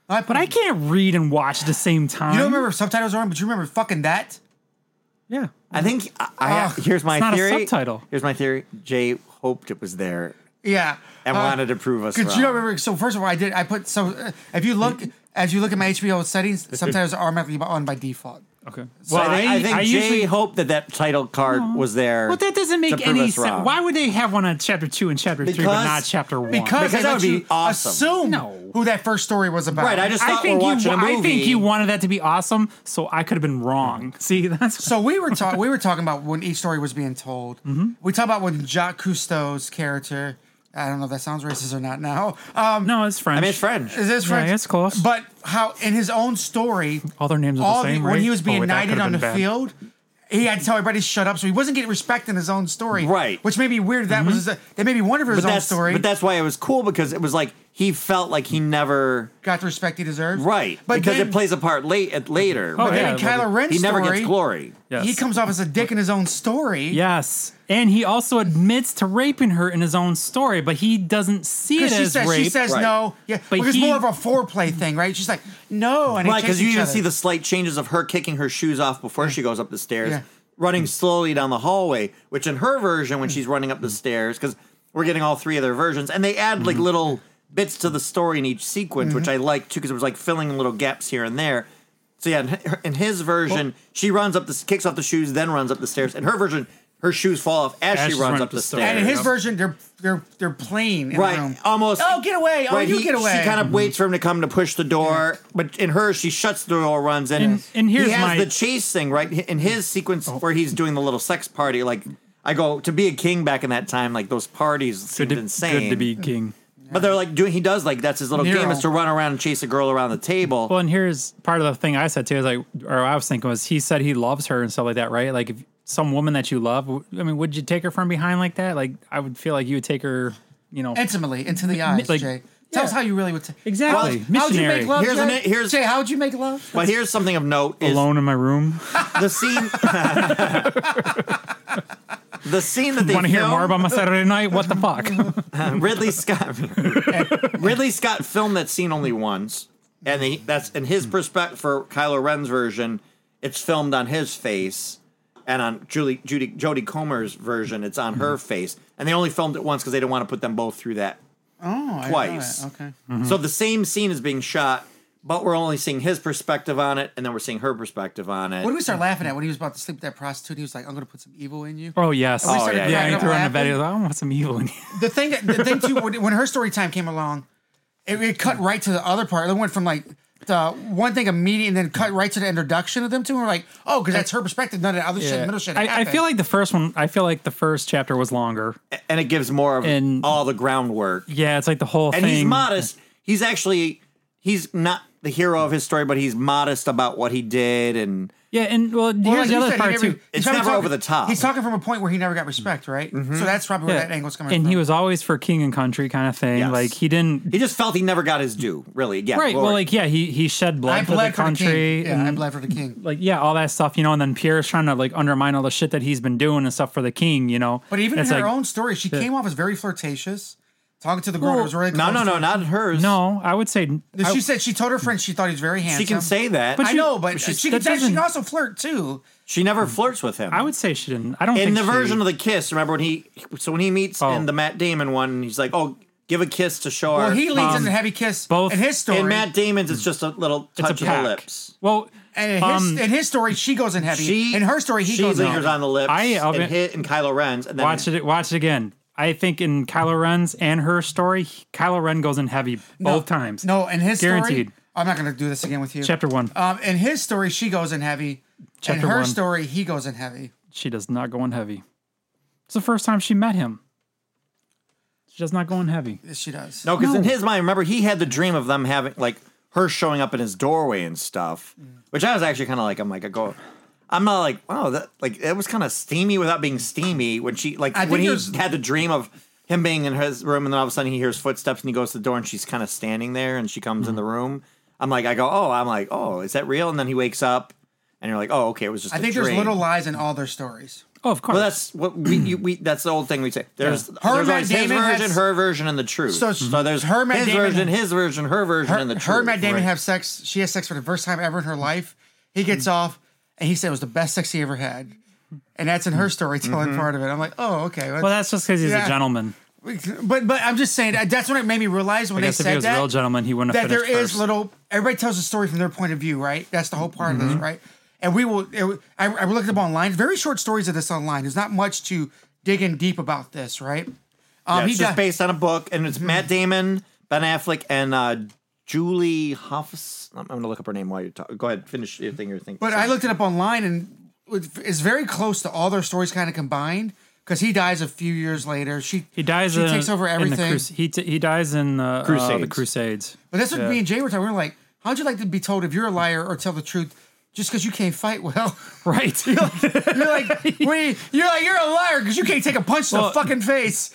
Speaker 5: on,
Speaker 4: I,
Speaker 5: but I can't read and watch at the same time.
Speaker 4: You don't remember if subtitles were on, but you remember fucking that.
Speaker 5: Yeah,
Speaker 3: I think I, I,
Speaker 4: Ugh,
Speaker 3: here's my
Speaker 5: it's not a
Speaker 3: theory.
Speaker 5: subtitle.
Speaker 3: Here's my theory. Jay hoped it was there
Speaker 4: Yeah.
Speaker 3: and
Speaker 4: Uh,
Speaker 3: wanted to prove us
Speaker 4: Because
Speaker 3: wrong.
Speaker 4: you don't remember. So first of all, I did. I put so uh, if you look as you look at my HBO settings, sometimes are automatically on by default.
Speaker 5: okay.
Speaker 3: So
Speaker 5: Well,
Speaker 3: I, think- I think Jay
Speaker 5: usually.
Speaker 3: hoped that that title card was there.
Speaker 5: Well, that doesn't
Speaker 3: to
Speaker 5: make
Speaker 3: prove
Speaker 5: any
Speaker 3: us wrong.
Speaker 5: sense. Why would they have one on chapter two and chapter three, but
Speaker 3: Because-
Speaker 5: not chapter one?
Speaker 3: Because
Speaker 4: Because, they
Speaker 3: that
Speaker 4: let
Speaker 3: would be
Speaker 4: you
Speaker 3: awesome.
Speaker 4: Assume
Speaker 5: No.
Speaker 4: who that first story was about.
Speaker 3: Right, I just
Speaker 5: I
Speaker 3: thought
Speaker 5: think
Speaker 3: we're
Speaker 5: you.
Speaker 3: watching a movie.
Speaker 5: I think you wanted that to be awesome, so I could have been wrong. See, that's
Speaker 4: So we were talking. we were talking about when each story was being told.
Speaker 3: Mm-hmm.
Speaker 4: We talked about when Jacques Cousteau's character. I don't know if that sounds racist or not. Now, um,
Speaker 5: no, it's French.
Speaker 3: I mean, it's French.
Speaker 4: is this French?
Speaker 5: it's close.
Speaker 4: But how in his own story,
Speaker 5: All their names are the same,
Speaker 4: When he
Speaker 5: right?
Speaker 4: was
Speaker 5: Oh,
Speaker 4: being
Speaker 5: wait, that
Speaker 4: knighted
Speaker 5: could've
Speaker 4: on the
Speaker 5: been bad.
Speaker 4: field, he had to tell everybody to shut up, so he wasn't getting respect in his own story.
Speaker 3: Right.
Speaker 4: Which may be weird. That
Speaker 5: Mm-hmm.
Speaker 4: was his, that may be one of his
Speaker 3: But
Speaker 4: own
Speaker 3: that's,
Speaker 4: story.
Speaker 3: but that's why it was cool because it was like he felt like he never
Speaker 4: got the respect he deserves.
Speaker 3: right
Speaker 4: But
Speaker 3: because
Speaker 4: then,
Speaker 3: it plays a part late at later.
Speaker 5: Oh,
Speaker 4: But
Speaker 5: yeah.
Speaker 3: right?
Speaker 4: then in Kylo Ren's
Speaker 3: he never
Speaker 4: story,
Speaker 3: gets glory.
Speaker 5: Yes.
Speaker 4: He comes off as a dick in his own story.
Speaker 5: Yes. And he also admits to raping her in his own story, but he doesn't see it
Speaker 4: Because she
Speaker 5: as
Speaker 4: says
Speaker 5: rape.
Speaker 4: she says
Speaker 3: Right.
Speaker 4: no, yeah,
Speaker 5: But
Speaker 4: because
Speaker 5: he-
Speaker 4: more of a foreplay thing, right? She's like, no, and
Speaker 3: Right, because
Speaker 4: because
Speaker 3: you even see the slight changes of her kicking her shoes off before she goes up the stairs,
Speaker 4: Yeah. Hmm.
Speaker 3: running slowly down the hallway, which in her version, when she's running
Speaker 4: Hmm.
Speaker 3: up the stairs, because we're getting all three of their versions, and they add like little bits to the story in each sequence,
Speaker 4: Hmm.
Speaker 3: which I like too, because it was like filling little gaps here and there. So yeah, in, her, in his version, she runs up the kicks off the shoes, then runs up the stairs. In her version, her shoes fall off as, she runs up the, stairs.
Speaker 4: And in his
Speaker 5: Yeah.
Speaker 4: version, they're they're they're playing in
Speaker 3: Right,
Speaker 4: the room.
Speaker 3: almost.
Speaker 4: Oh, get away! Oh,
Speaker 3: Right,
Speaker 4: you
Speaker 3: he-
Speaker 4: get away!
Speaker 3: She kind of waits for him to come to push the door, but in her, she shuts the door, runs in.
Speaker 5: And- and here's
Speaker 3: he has
Speaker 5: my- Oh.
Speaker 3: the chase thing, right? In his sequence where he's doing the little sex party, like I go to be a king back in that time, like those parties seemed
Speaker 5: good, to,
Speaker 3: insane.
Speaker 5: good to be king.
Speaker 3: but they're like doing. He does like that's his little
Speaker 4: Nero.
Speaker 3: game is to run around and chase a girl around the table.
Speaker 5: Well, and here's part of the thing I said too, is like, or I was thinking was he said he loves her and stuff like that, right? Like, if some woman that you love, w- I mean, would you take her from behind like that? Like, I would feel like you would take her, you know.
Speaker 4: intimately into the eyes,
Speaker 5: like-
Speaker 4: Jay. Tell us how you really would. T-
Speaker 5: Exactly.
Speaker 4: How would you
Speaker 5: Missionary.
Speaker 4: make love?
Speaker 3: Here's
Speaker 4: Jay?
Speaker 3: an- here's-
Speaker 4: Jay, how would you make love?
Speaker 3: but here's something of note: is
Speaker 5: Alone in my room.
Speaker 3: the scene. the scene that they
Speaker 5: Want to hear
Speaker 3: filmed-
Speaker 5: more about my Saturday night? What the fuck?
Speaker 3: Ridley Scott. Ridley Scott filmed that scene only once, and he, that's in his perspective for Kylo Ren's version. It's filmed on his face, and on Julie Judy Jodie Comer's version, it's on her face, and they only filmed it once because they didn't want to put them both through that
Speaker 4: Oh, I
Speaker 3: Twice.
Speaker 4: know it. Okay.
Speaker 3: so the same scene is being shot, but we're only seeing his perspective on it, and then we're seeing her perspective on it.
Speaker 4: What did we start laughing at when he was about to sleep with that prostitute? He was like, "I'm going to put some evil in you."
Speaker 5: oh, yes.
Speaker 4: we
Speaker 3: started
Speaker 5: yeah.
Speaker 3: cracking
Speaker 5: he
Speaker 3: up
Speaker 5: threw in a
Speaker 4: laughing.
Speaker 5: bed. He was like, I want some evil in you.
Speaker 4: the thing that the thing too when when her story time came along it, it cut right to the other part it went from like the one thing immediate and then cut right to the introduction of them two and we're like oh because that's her perspective none of the other shit middle shit
Speaker 5: I, I
Speaker 4: happened.
Speaker 5: feel like the first one. I feel like the first chapter was longer.
Speaker 3: and it gives more of
Speaker 5: And-
Speaker 3: all the groundwork.
Speaker 5: Yeah, it's like the whole
Speaker 3: and
Speaker 5: thing.
Speaker 3: he's modest. He's actually he's not the hero of his story, but he's modest about what he did, and
Speaker 5: Yeah, and well, here's
Speaker 4: like
Speaker 5: the
Speaker 4: you
Speaker 5: other
Speaker 4: said, he
Speaker 5: part
Speaker 4: never-
Speaker 5: too.
Speaker 4: he's
Speaker 3: It's
Speaker 4: probably
Speaker 3: never over the top. Mm-hmm.
Speaker 4: He's talking from a point where he never got respect, right? So that's probably where
Speaker 5: Yeah.
Speaker 4: that angle's coming
Speaker 5: and
Speaker 4: from.
Speaker 5: he was always for king and country kind of thing.
Speaker 3: Yes.
Speaker 5: Like he didn't.
Speaker 3: he just felt he never got his due. Really, yeah.
Speaker 5: Right. Well,
Speaker 3: Lord.
Speaker 5: like yeah, he he shed blood
Speaker 4: I
Speaker 5: for
Speaker 4: bled
Speaker 5: the
Speaker 4: for the
Speaker 5: country.
Speaker 4: king. Yeah, I
Speaker 5: and,
Speaker 4: bled for the king.
Speaker 5: like yeah, all that stuff, you know. And then Pierre's trying to like undermine all the shit that he's been doing and stuff for the king, you know.
Speaker 4: But even
Speaker 5: It's
Speaker 4: in her
Speaker 5: like,
Speaker 4: own story, she came off as very flirtatious, talking to the girl. that
Speaker 5: Well,
Speaker 4: was really
Speaker 3: no,
Speaker 4: close
Speaker 3: no,
Speaker 4: to
Speaker 3: no,
Speaker 4: her.
Speaker 3: not hers.
Speaker 5: no, I would say I-
Speaker 4: She said she told her friends she thought he was very handsome.
Speaker 3: she can say that,
Speaker 5: But
Speaker 3: but
Speaker 4: I
Speaker 5: she-
Speaker 4: know, but she,
Speaker 5: she's-
Speaker 4: she,
Speaker 5: that
Speaker 4: can, say- she can
Speaker 5: doesn't-
Speaker 4: also flirt too.
Speaker 3: she never flirts with him.
Speaker 5: I would say she didn't. I don't
Speaker 3: in
Speaker 5: think
Speaker 3: the
Speaker 5: she-
Speaker 3: version of the kiss. Remember when he? So when he meets
Speaker 5: Oh.
Speaker 3: in the Matt Damon one, he's like, "Oh, give a kiss to show
Speaker 4: Well,
Speaker 3: her."
Speaker 4: he leads
Speaker 5: um,
Speaker 4: in the heavy kiss
Speaker 5: both-
Speaker 4: in his story.
Speaker 3: In Matt Damon's, it's just a little
Speaker 5: it's a
Speaker 3: touch of the
Speaker 5: pack.
Speaker 3: lips.
Speaker 5: Well,
Speaker 4: and in his,
Speaker 5: um,
Speaker 4: in his story, she goes in heavy.
Speaker 3: She
Speaker 4: in her story, he
Speaker 3: she
Speaker 4: goes in
Speaker 3: lingers
Speaker 4: heavy.
Speaker 3: on the lips.
Speaker 5: I- I'll
Speaker 3: and
Speaker 5: be-
Speaker 3: hit in Kylo Ren's, and then
Speaker 5: watch it. Watch it again. I think in Kylo Ren's and her story, Kylo Ren goes in heavy both times.
Speaker 4: No, in his
Speaker 5: Guaranteed.
Speaker 4: story, I'm not going to do this again with you.
Speaker 5: Chapter one.
Speaker 4: Um, in his story, she goes in heavy.
Speaker 5: Chapter
Speaker 4: in her
Speaker 5: one.
Speaker 4: story, he goes in heavy.
Speaker 5: she does not go in heavy. It's the first time she met him. She does not go in heavy.
Speaker 4: Yes, She does.
Speaker 3: No, because in his mind, remember, he had the dream of them having like her showing up in his doorway and stuff,
Speaker 4: Mm.
Speaker 3: which I was actually kind of like, I'm like, I go, I'm not like, wow, that like it was kind of steamy without being steamy when she like
Speaker 4: I think
Speaker 3: when he
Speaker 4: there's-
Speaker 3: had the dream of him being in his room and then all of a sudden he hears footsteps and he goes to the door and she's kind of standing there and she comes in the room. I'm like, I go, oh, I'm like, oh, is that real? And then he wakes up and you're like, oh, okay, it was just.
Speaker 4: I
Speaker 3: a
Speaker 4: think
Speaker 3: dream.
Speaker 4: there's little lies in all their stories.
Speaker 5: Oh, of course.
Speaker 3: Well, that's what we, you, we that's the old thing we say. There's,
Speaker 4: Her
Speaker 3: there's
Speaker 4: Matt
Speaker 3: always his
Speaker 4: Damon
Speaker 3: version,
Speaker 4: has-
Speaker 3: her version, and the truth.
Speaker 4: So
Speaker 3: So,
Speaker 4: it's-
Speaker 3: there's
Speaker 4: her
Speaker 3: her
Speaker 4: Matt
Speaker 3: his
Speaker 4: Damon-
Speaker 3: version, his version, her version,
Speaker 4: Her,
Speaker 3: and the truth.
Speaker 4: her and Matt Damon have sex. She has sex for the first time ever in her life. He gets
Speaker 5: Mm-hmm.
Speaker 4: off, and he said it was the best sex he ever had. And that's in her storytelling part of it. I'm like, oh, okay.
Speaker 5: Mm-hmm. well, that's just because he's
Speaker 4: Yeah.
Speaker 5: a gentleman.
Speaker 4: but but I'm just saying that's when it made me realize when they
Speaker 5: I guess if he
Speaker 4: said
Speaker 5: was a real
Speaker 4: that
Speaker 5: gentleman, he wouldn't
Speaker 4: that
Speaker 5: have
Speaker 4: there
Speaker 5: finished
Speaker 4: is
Speaker 5: first.
Speaker 4: little. Everybody tells a story from their point of view, right? That's the whole part of
Speaker 5: Mm-hmm.
Speaker 4: this, right? And we will. It, I, I looked up online. Very short stories of this online. There's not much to dig in deep about this, right? Um,
Speaker 3: Yeah,
Speaker 4: he Mm-hmm.
Speaker 3: it's just
Speaker 4: di-
Speaker 3: based on a book, and it's Matt Damon, Ben Affleck, and uh, Julie Hoffs. I'm going to look up her name while you're talking. Go ahead, finish your thing. Your thing.
Speaker 4: But I looked it up online and it- it's very close to all their stories kind of combined because he dies a few years later. She
Speaker 5: He dies.
Speaker 4: She
Speaker 5: in,
Speaker 4: takes over
Speaker 5: in the
Speaker 4: everything.
Speaker 5: crus- he t- he dies in the uh,
Speaker 3: Crusades.
Speaker 5: the Crusades.
Speaker 4: but that's what
Speaker 5: Yeah.
Speaker 4: me and Jay were talking. We were like, how'd you like to be told if you're a liar or tell the truth just because you can't fight well?
Speaker 5: Right. Oh,
Speaker 4: You're like, we, you're like, you're a liar because you can't take a punch to
Speaker 5: Well-
Speaker 4: the fucking face.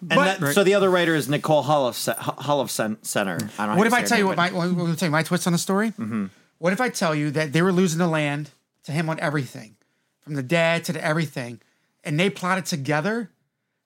Speaker 3: and
Speaker 4: but-
Speaker 3: that, so the other writer is Nicole Holofcener. Holofcener. I don't know how
Speaker 4: What if I
Speaker 3: say her
Speaker 4: tell you
Speaker 3: name,
Speaker 4: what
Speaker 3: but-
Speaker 4: my what, what, tell you my twist on the story? Mm-hmm. What if I tell you that they were losing the land to him on everything, from the dad to the everything, and they plotted together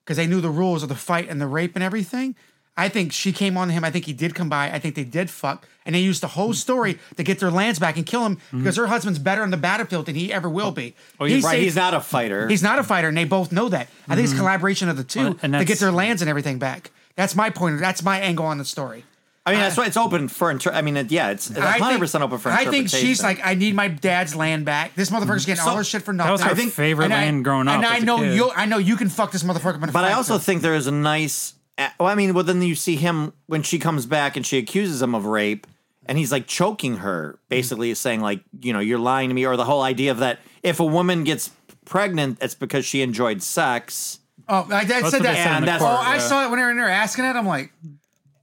Speaker 4: because they knew the rules of the fight and the rape and everything. I think she came on to him. I think he did come by. I think they did fuck, and they used the whole story to get their lands back and kill him because her husband's better on the battlefield than he ever will be. Oh,
Speaker 3: Right, he's not a fighter.
Speaker 4: He's not a fighter, and they both know that. I think it's collaboration of the two
Speaker 5: Well, and
Speaker 4: to
Speaker 5: that's-
Speaker 4: get their lands and everything back. That's my point. That's my angle on the story.
Speaker 3: I mean, that's why it's open for. Inter- I mean, it, yeah, it's it's
Speaker 4: I think-
Speaker 3: 100 percent open for.
Speaker 4: I think
Speaker 3: interpretation.
Speaker 4: she's like, I need my dad's land back. This motherfucker's getting all
Speaker 3: So-
Speaker 4: her shit for
Speaker 5: that
Speaker 4: nothing.
Speaker 5: was her
Speaker 4: I think-
Speaker 5: favorite
Speaker 4: and I-
Speaker 5: land growing up.
Speaker 4: And I
Speaker 5: as a
Speaker 4: know
Speaker 5: kid.
Speaker 4: you. I know you can fuck this motherfucker. I'm gonna
Speaker 3: But I
Speaker 4: fight
Speaker 3: also
Speaker 4: him.
Speaker 3: think there is a nice. Well, I mean, well, then you see him when she comes back and she accuses him of rape, and he's like choking her, basically saying like, you know, you're lying to me, or the whole idea of that if a woman gets pregnant, it's because she enjoyed sex,
Speaker 4: Oh, I, I
Speaker 5: what
Speaker 4: said
Speaker 5: they
Speaker 4: that.
Speaker 5: said in
Speaker 3: the
Speaker 4: oh,
Speaker 3: court,
Speaker 4: I
Speaker 5: yeah.
Speaker 4: saw it when they were in there asking it. I'm like,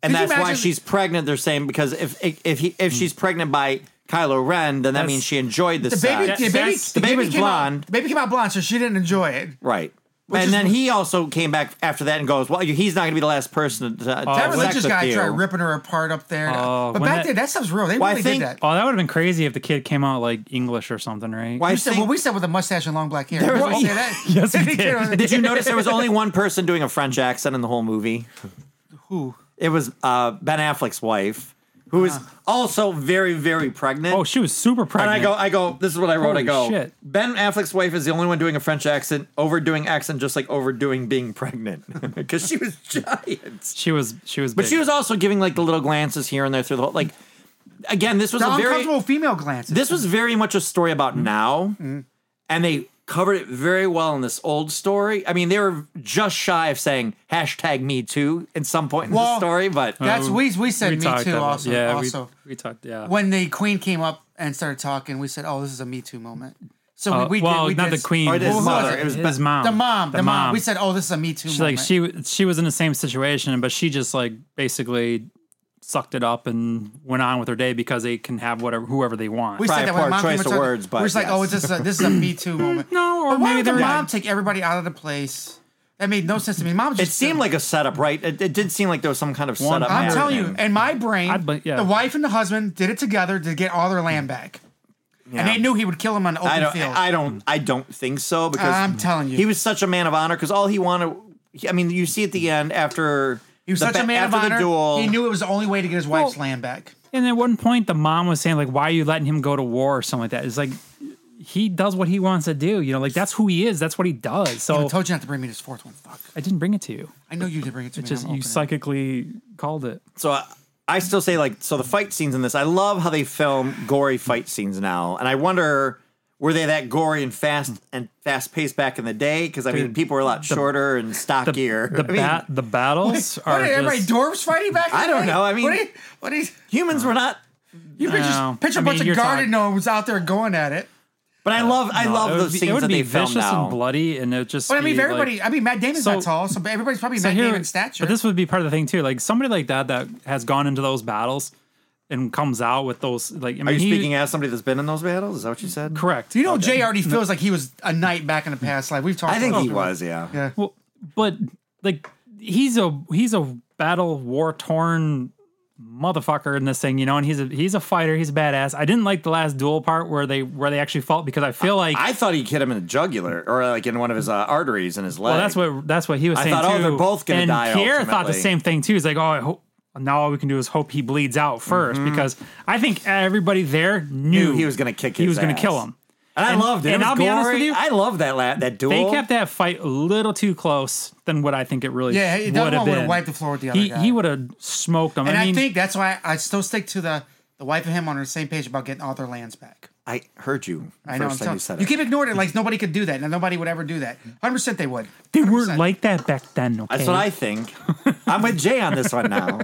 Speaker 3: and
Speaker 4: Could you
Speaker 3: that's why
Speaker 4: imagine-
Speaker 3: she's pregnant. They're saying because if if if, he, if she's pregnant by Kylo Ren, then that
Speaker 5: That's-
Speaker 3: means she enjoyed the,
Speaker 4: the baby,
Speaker 3: sex,
Speaker 4: the baby,
Speaker 5: that's-
Speaker 3: the baby's
Speaker 4: came out-
Speaker 3: blonde.
Speaker 4: the baby came out blonde, so she didn't enjoy it.
Speaker 3: right? And
Speaker 4: is-
Speaker 3: then he also came back after that and goes, "Well, he's not going to be the last person to, to have
Speaker 4: That
Speaker 3: sex
Speaker 4: religious
Speaker 3: with
Speaker 4: guy
Speaker 3: you."
Speaker 4: tried ripping her apart up there.
Speaker 5: Oh,
Speaker 4: but
Speaker 5: when
Speaker 4: back
Speaker 5: that-
Speaker 4: then, that stuff's real. They
Speaker 3: Well, I
Speaker 4: really
Speaker 3: think-
Speaker 4: did that.
Speaker 5: Oh, that would have been crazy if the kid came out like English or something, right?
Speaker 3: Why
Speaker 4: You
Speaker 3: I
Speaker 4: said,
Speaker 3: think-
Speaker 4: well, we said with a mustache and long black hair.
Speaker 3: There
Speaker 4: Did
Speaker 3: was-
Speaker 4: we say that?
Speaker 5: Yes, we
Speaker 4: You know,
Speaker 3: Did you notice there was only one person doing a French accent in the whole movie?
Speaker 4: Who?
Speaker 3: It was uh, Ben Affleck's wife, who is also very, very pregnant.
Speaker 5: Oh, she was super
Speaker 3: and I
Speaker 5: pregnant.
Speaker 3: go, I go. This is what I wrote.
Speaker 5: Holy
Speaker 3: I go.
Speaker 5: shit.
Speaker 3: Ben Affleck's wife is the only one doing a French accent, overdoing accent, just like overdoing being pregnant, because she was giant.
Speaker 5: she was she was.
Speaker 3: But
Speaker 5: big.
Speaker 3: she was also giving like the little glances here and there through the whole. Like again, this was
Speaker 4: The
Speaker 3: a very
Speaker 4: uncomfortable female glances.
Speaker 3: this was very much a story about
Speaker 4: Mm-hmm.
Speaker 3: now and they covered it very well in this old story i mean they were just shy of saying hashtag me too at some point in
Speaker 4: Well,
Speaker 3: the story but
Speaker 4: That's we we said
Speaker 5: We
Speaker 4: me
Speaker 5: talked
Speaker 4: too.
Speaker 5: about-
Speaker 4: Also,
Speaker 5: Yeah, we-
Speaker 4: also
Speaker 5: we, talked. Yeah.
Speaker 4: when the queen came up and started talking, we said, "Oh, this is a me too moment." So
Speaker 5: Uh,
Speaker 4: we, we
Speaker 5: well,
Speaker 4: did, we
Speaker 5: not
Speaker 4: did-
Speaker 5: the queen.
Speaker 3: Or Oh, his
Speaker 5: who was
Speaker 3: mother.
Speaker 5: It
Speaker 3: It was
Speaker 5: was
Speaker 3: Beth-
Speaker 5: his mom.
Speaker 4: the mom, the, mom. We said, "Oh, this is a me too
Speaker 5: She's
Speaker 4: moment."
Speaker 5: like she she was in the same situation, but she just like basically sucked it up and went on with their day because they can have whatever whoever they want.
Speaker 4: We
Speaker 3: Probably
Speaker 4: said that when
Speaker 3: poor
Speaker 4: mom came
Speaker 3: choice
Speaker 4: and
Speaker 3: of
Speaker 4: talked-
Speaker 3: words, but
Speaker 4: we're just like,
Speaker 3: yes.
Speaker 4: oh, it's just a, this is a Me Too moment.
Speaker 5: No, or
Speaker 4: But why
Speaker 5: maybe
Speaker 4: did the
Speaker 5: they're-
Speaker 4: mom take everybody out of the place? That made no sense to me. Mom,
Speaker 3: It
Speaker 4: just
Speaker 3: seemed like a setup, right? It, it did seem like there was some kind of
Speaker 5: One-
Speaker 3: setup.
Speaker 5: I'm
Speaker 4: I'm
Speaker 3: happening.
Speaker 4: telling you, in my brain,
Speaker 5: I'd bl- yeah.
Speaker 4: the wife and the husband did it together to get all their land back,
Speaker 3: Yeah.
Speaker 4: and they knew he would kill him on the open
Speaker 3: I don't.
Speaker 4: field.
Speaker 3: I don't. I don't think so because
Speaker 4: I'm telling you.
Speaker 3: he was such a man of honor. Because all he wanted, he- I mean, you see at the end after
Speaker 4: he was
Speaker 3: the
Speaker 4: such
Speaker 3: ba-
Speaker 4: a man of
Speaker 3: after
Speaker 4: honor.
Speaker 3: The duel,
Speaker 4: He knew it was the only way to get his wife's
Speaker 5: Well-
Speaker 4: land back.
Speaker 5: And at one point, the mom was saying like, "Why are you letting him go to war?" or something like that. It's like he does what he wants to do. You know, like that's who he is. That's what he does.
Speaker 4: I
Speaker 5: So
Speaker 4: told you not to bring me this fourth one. Fuck.
Speaker 5: I didn't bring it to you.
Speaker 4: I know you did bring it to me.
Speaker 5: Just
Speaker 4: I'm
Speaker 5: you
Speaker 4: opening
Speaker 5: psychically called it.
Speaker 3: So I, I still say like so the fight scenes in this. I love how they film gory fight scenes now, and I wonder were they that gory and fast and fast paced back in the day? Because I mean,
Speaker 5: Dude,
Speaker 3: people were a lot shorter and
Speaker 5: The,
Speaker 3: stockier.
Speaker 5: the
Speaker 3: I mean,
Speaker 5: bat, the battles
Speaker 4: it. What
Speaker 5: are
Speaker 4: did everybody
Speaker 5: just.
Speaker 4: dwarves fighting back? in
Speaker 3: I
Speaker 4: the
Speaker 3: don't
Speaker 4: day?
Speaker 3: know. I mean-
Speaker 4: what do you, what do you,
Speaker 3: humans were not.
Speaker 4: you could
Speaker 5: No.
Speaker 4: just picture
Speaker 5: I
Speaker 4: a
Speaker 5: mean,
Speaker 4: bunch
Speaker 5: you're
Speaker 4: of garden
Speaker 5: talking-
Speaker 4: gnomes out there going at it.
Speaker 3: But I love I
Speaker 5: Uh, No,
Speaker 3: love
Speaker 5: it would
Speaker 3: those
Speaker 5: be- it
Speaker 3: scenes
Speaker 5: would
Speaker 3: that
Speaker 5: be
Speaker 3: they film
Speaker 5: vicious
Speaker 3: now.
Speaker 5: and bloody, and it just.
Speaker 4: But I
Speaker 5: be,
Speaker 4: mean, if
Speaker 5: like-
Speaker 4: everybody. I mean, Matt Damon's
Speaker 5: So-
Speaker 4: not tall, so everybody's probably
Speaker 5: So
Speaker 4: Matt
Speaker 5: here-
Speaker 4: Damon stature.
Speaker 5: But this would be part of the thing too. Like somebody like that that has gone into those battles and comes out with those like. I mean,
Speaker 3: Are you
Speaker 5: he-
Speaker 3: speaking as somebody that's been in those battles? Is that what you said?
Speaker 5: correct?
Speaker 4: you know, Jay already feels like he was a knight back in the past life. We've talked.
Speaker 3: I think
Speaker 4: about
Speaker 3: he
Speaker 5: Oh.
Speaker 4: that.
Speaker 3: was. Yeah.
Speaker 4: Yeah.
Speaker 5: Well, but like he's a he's a battle war torn motherfucker in this thing, you know, and he's a he's a fighter, he's a badass. I didn't like the last duel part where they where they actually fought because I feel like
Speaker 3: I thought he hit him in the jugular or like in one of his uh, arteries in his leg.
Speaker 5: well that's what that's what he was
Speaker 3: I
Speaker 5: saying
Speaker 3: thought, oh,
Speaker 5: too.
Speaker 3: they're both gonna
Speaker 5: and
Speaker 3: die
Speaker 5: Kier thought the
Speaker 3: ultimately.
Speaker 5: same thing too. He's like, oh, I hope. Now all we can do is hope he bleeds out 1st because I think everybody there knew,
Speaker 3: Knew Mm-hmm. he was gonna kick
Speaker 5: he
Speaker 3: his
Speaker 5: was gonna
Speaker 3: ass.
Speaker 5: kill him.
Speaker 3: And I
Speaker 5: and-
Speaker 3: loved it.
Speaker 5: and
Speaker 3: it was
Speaker 5: I'll be honest with
Speaker 3: gory.
Speaker 5: you,
Speaker 3: I love that la- that duel.
Speaker 5: They kept that fight a little too close than what I think it really
Speaker 4: Yeah, that
Speaker 5: would have
Speaker 4: one would've
Speaker 5: been.
Speaker 4: wiped the floor with the other
Speaker 5: he,
Speaker 4: guy.
Speaker 5: He would have smoked him.
Speaker 4: And
Speaker 5: I
Speaker 4: I,
Speaker 5: mean,
Speaker 4: think that's why I still stick to the the wife and him on the same page about getting all their lands back.
Speaker 3: I heard you.
Speaker 4: I know. I'm
Speaker 3: first time
Speaker 4: telling
Speaker 3: you said
Speaker 4: you
Speaker 3: it.
Speaker 4: keep ignoring it like nobody could do that, and nobody would ever do that. 100 percent they would.
Speaker 5: They weren't
Speaker 4: 100%.
Speaker 5: like that back then. Okay?
Speaker 3: That's what I think. I'm with Jay on this one now.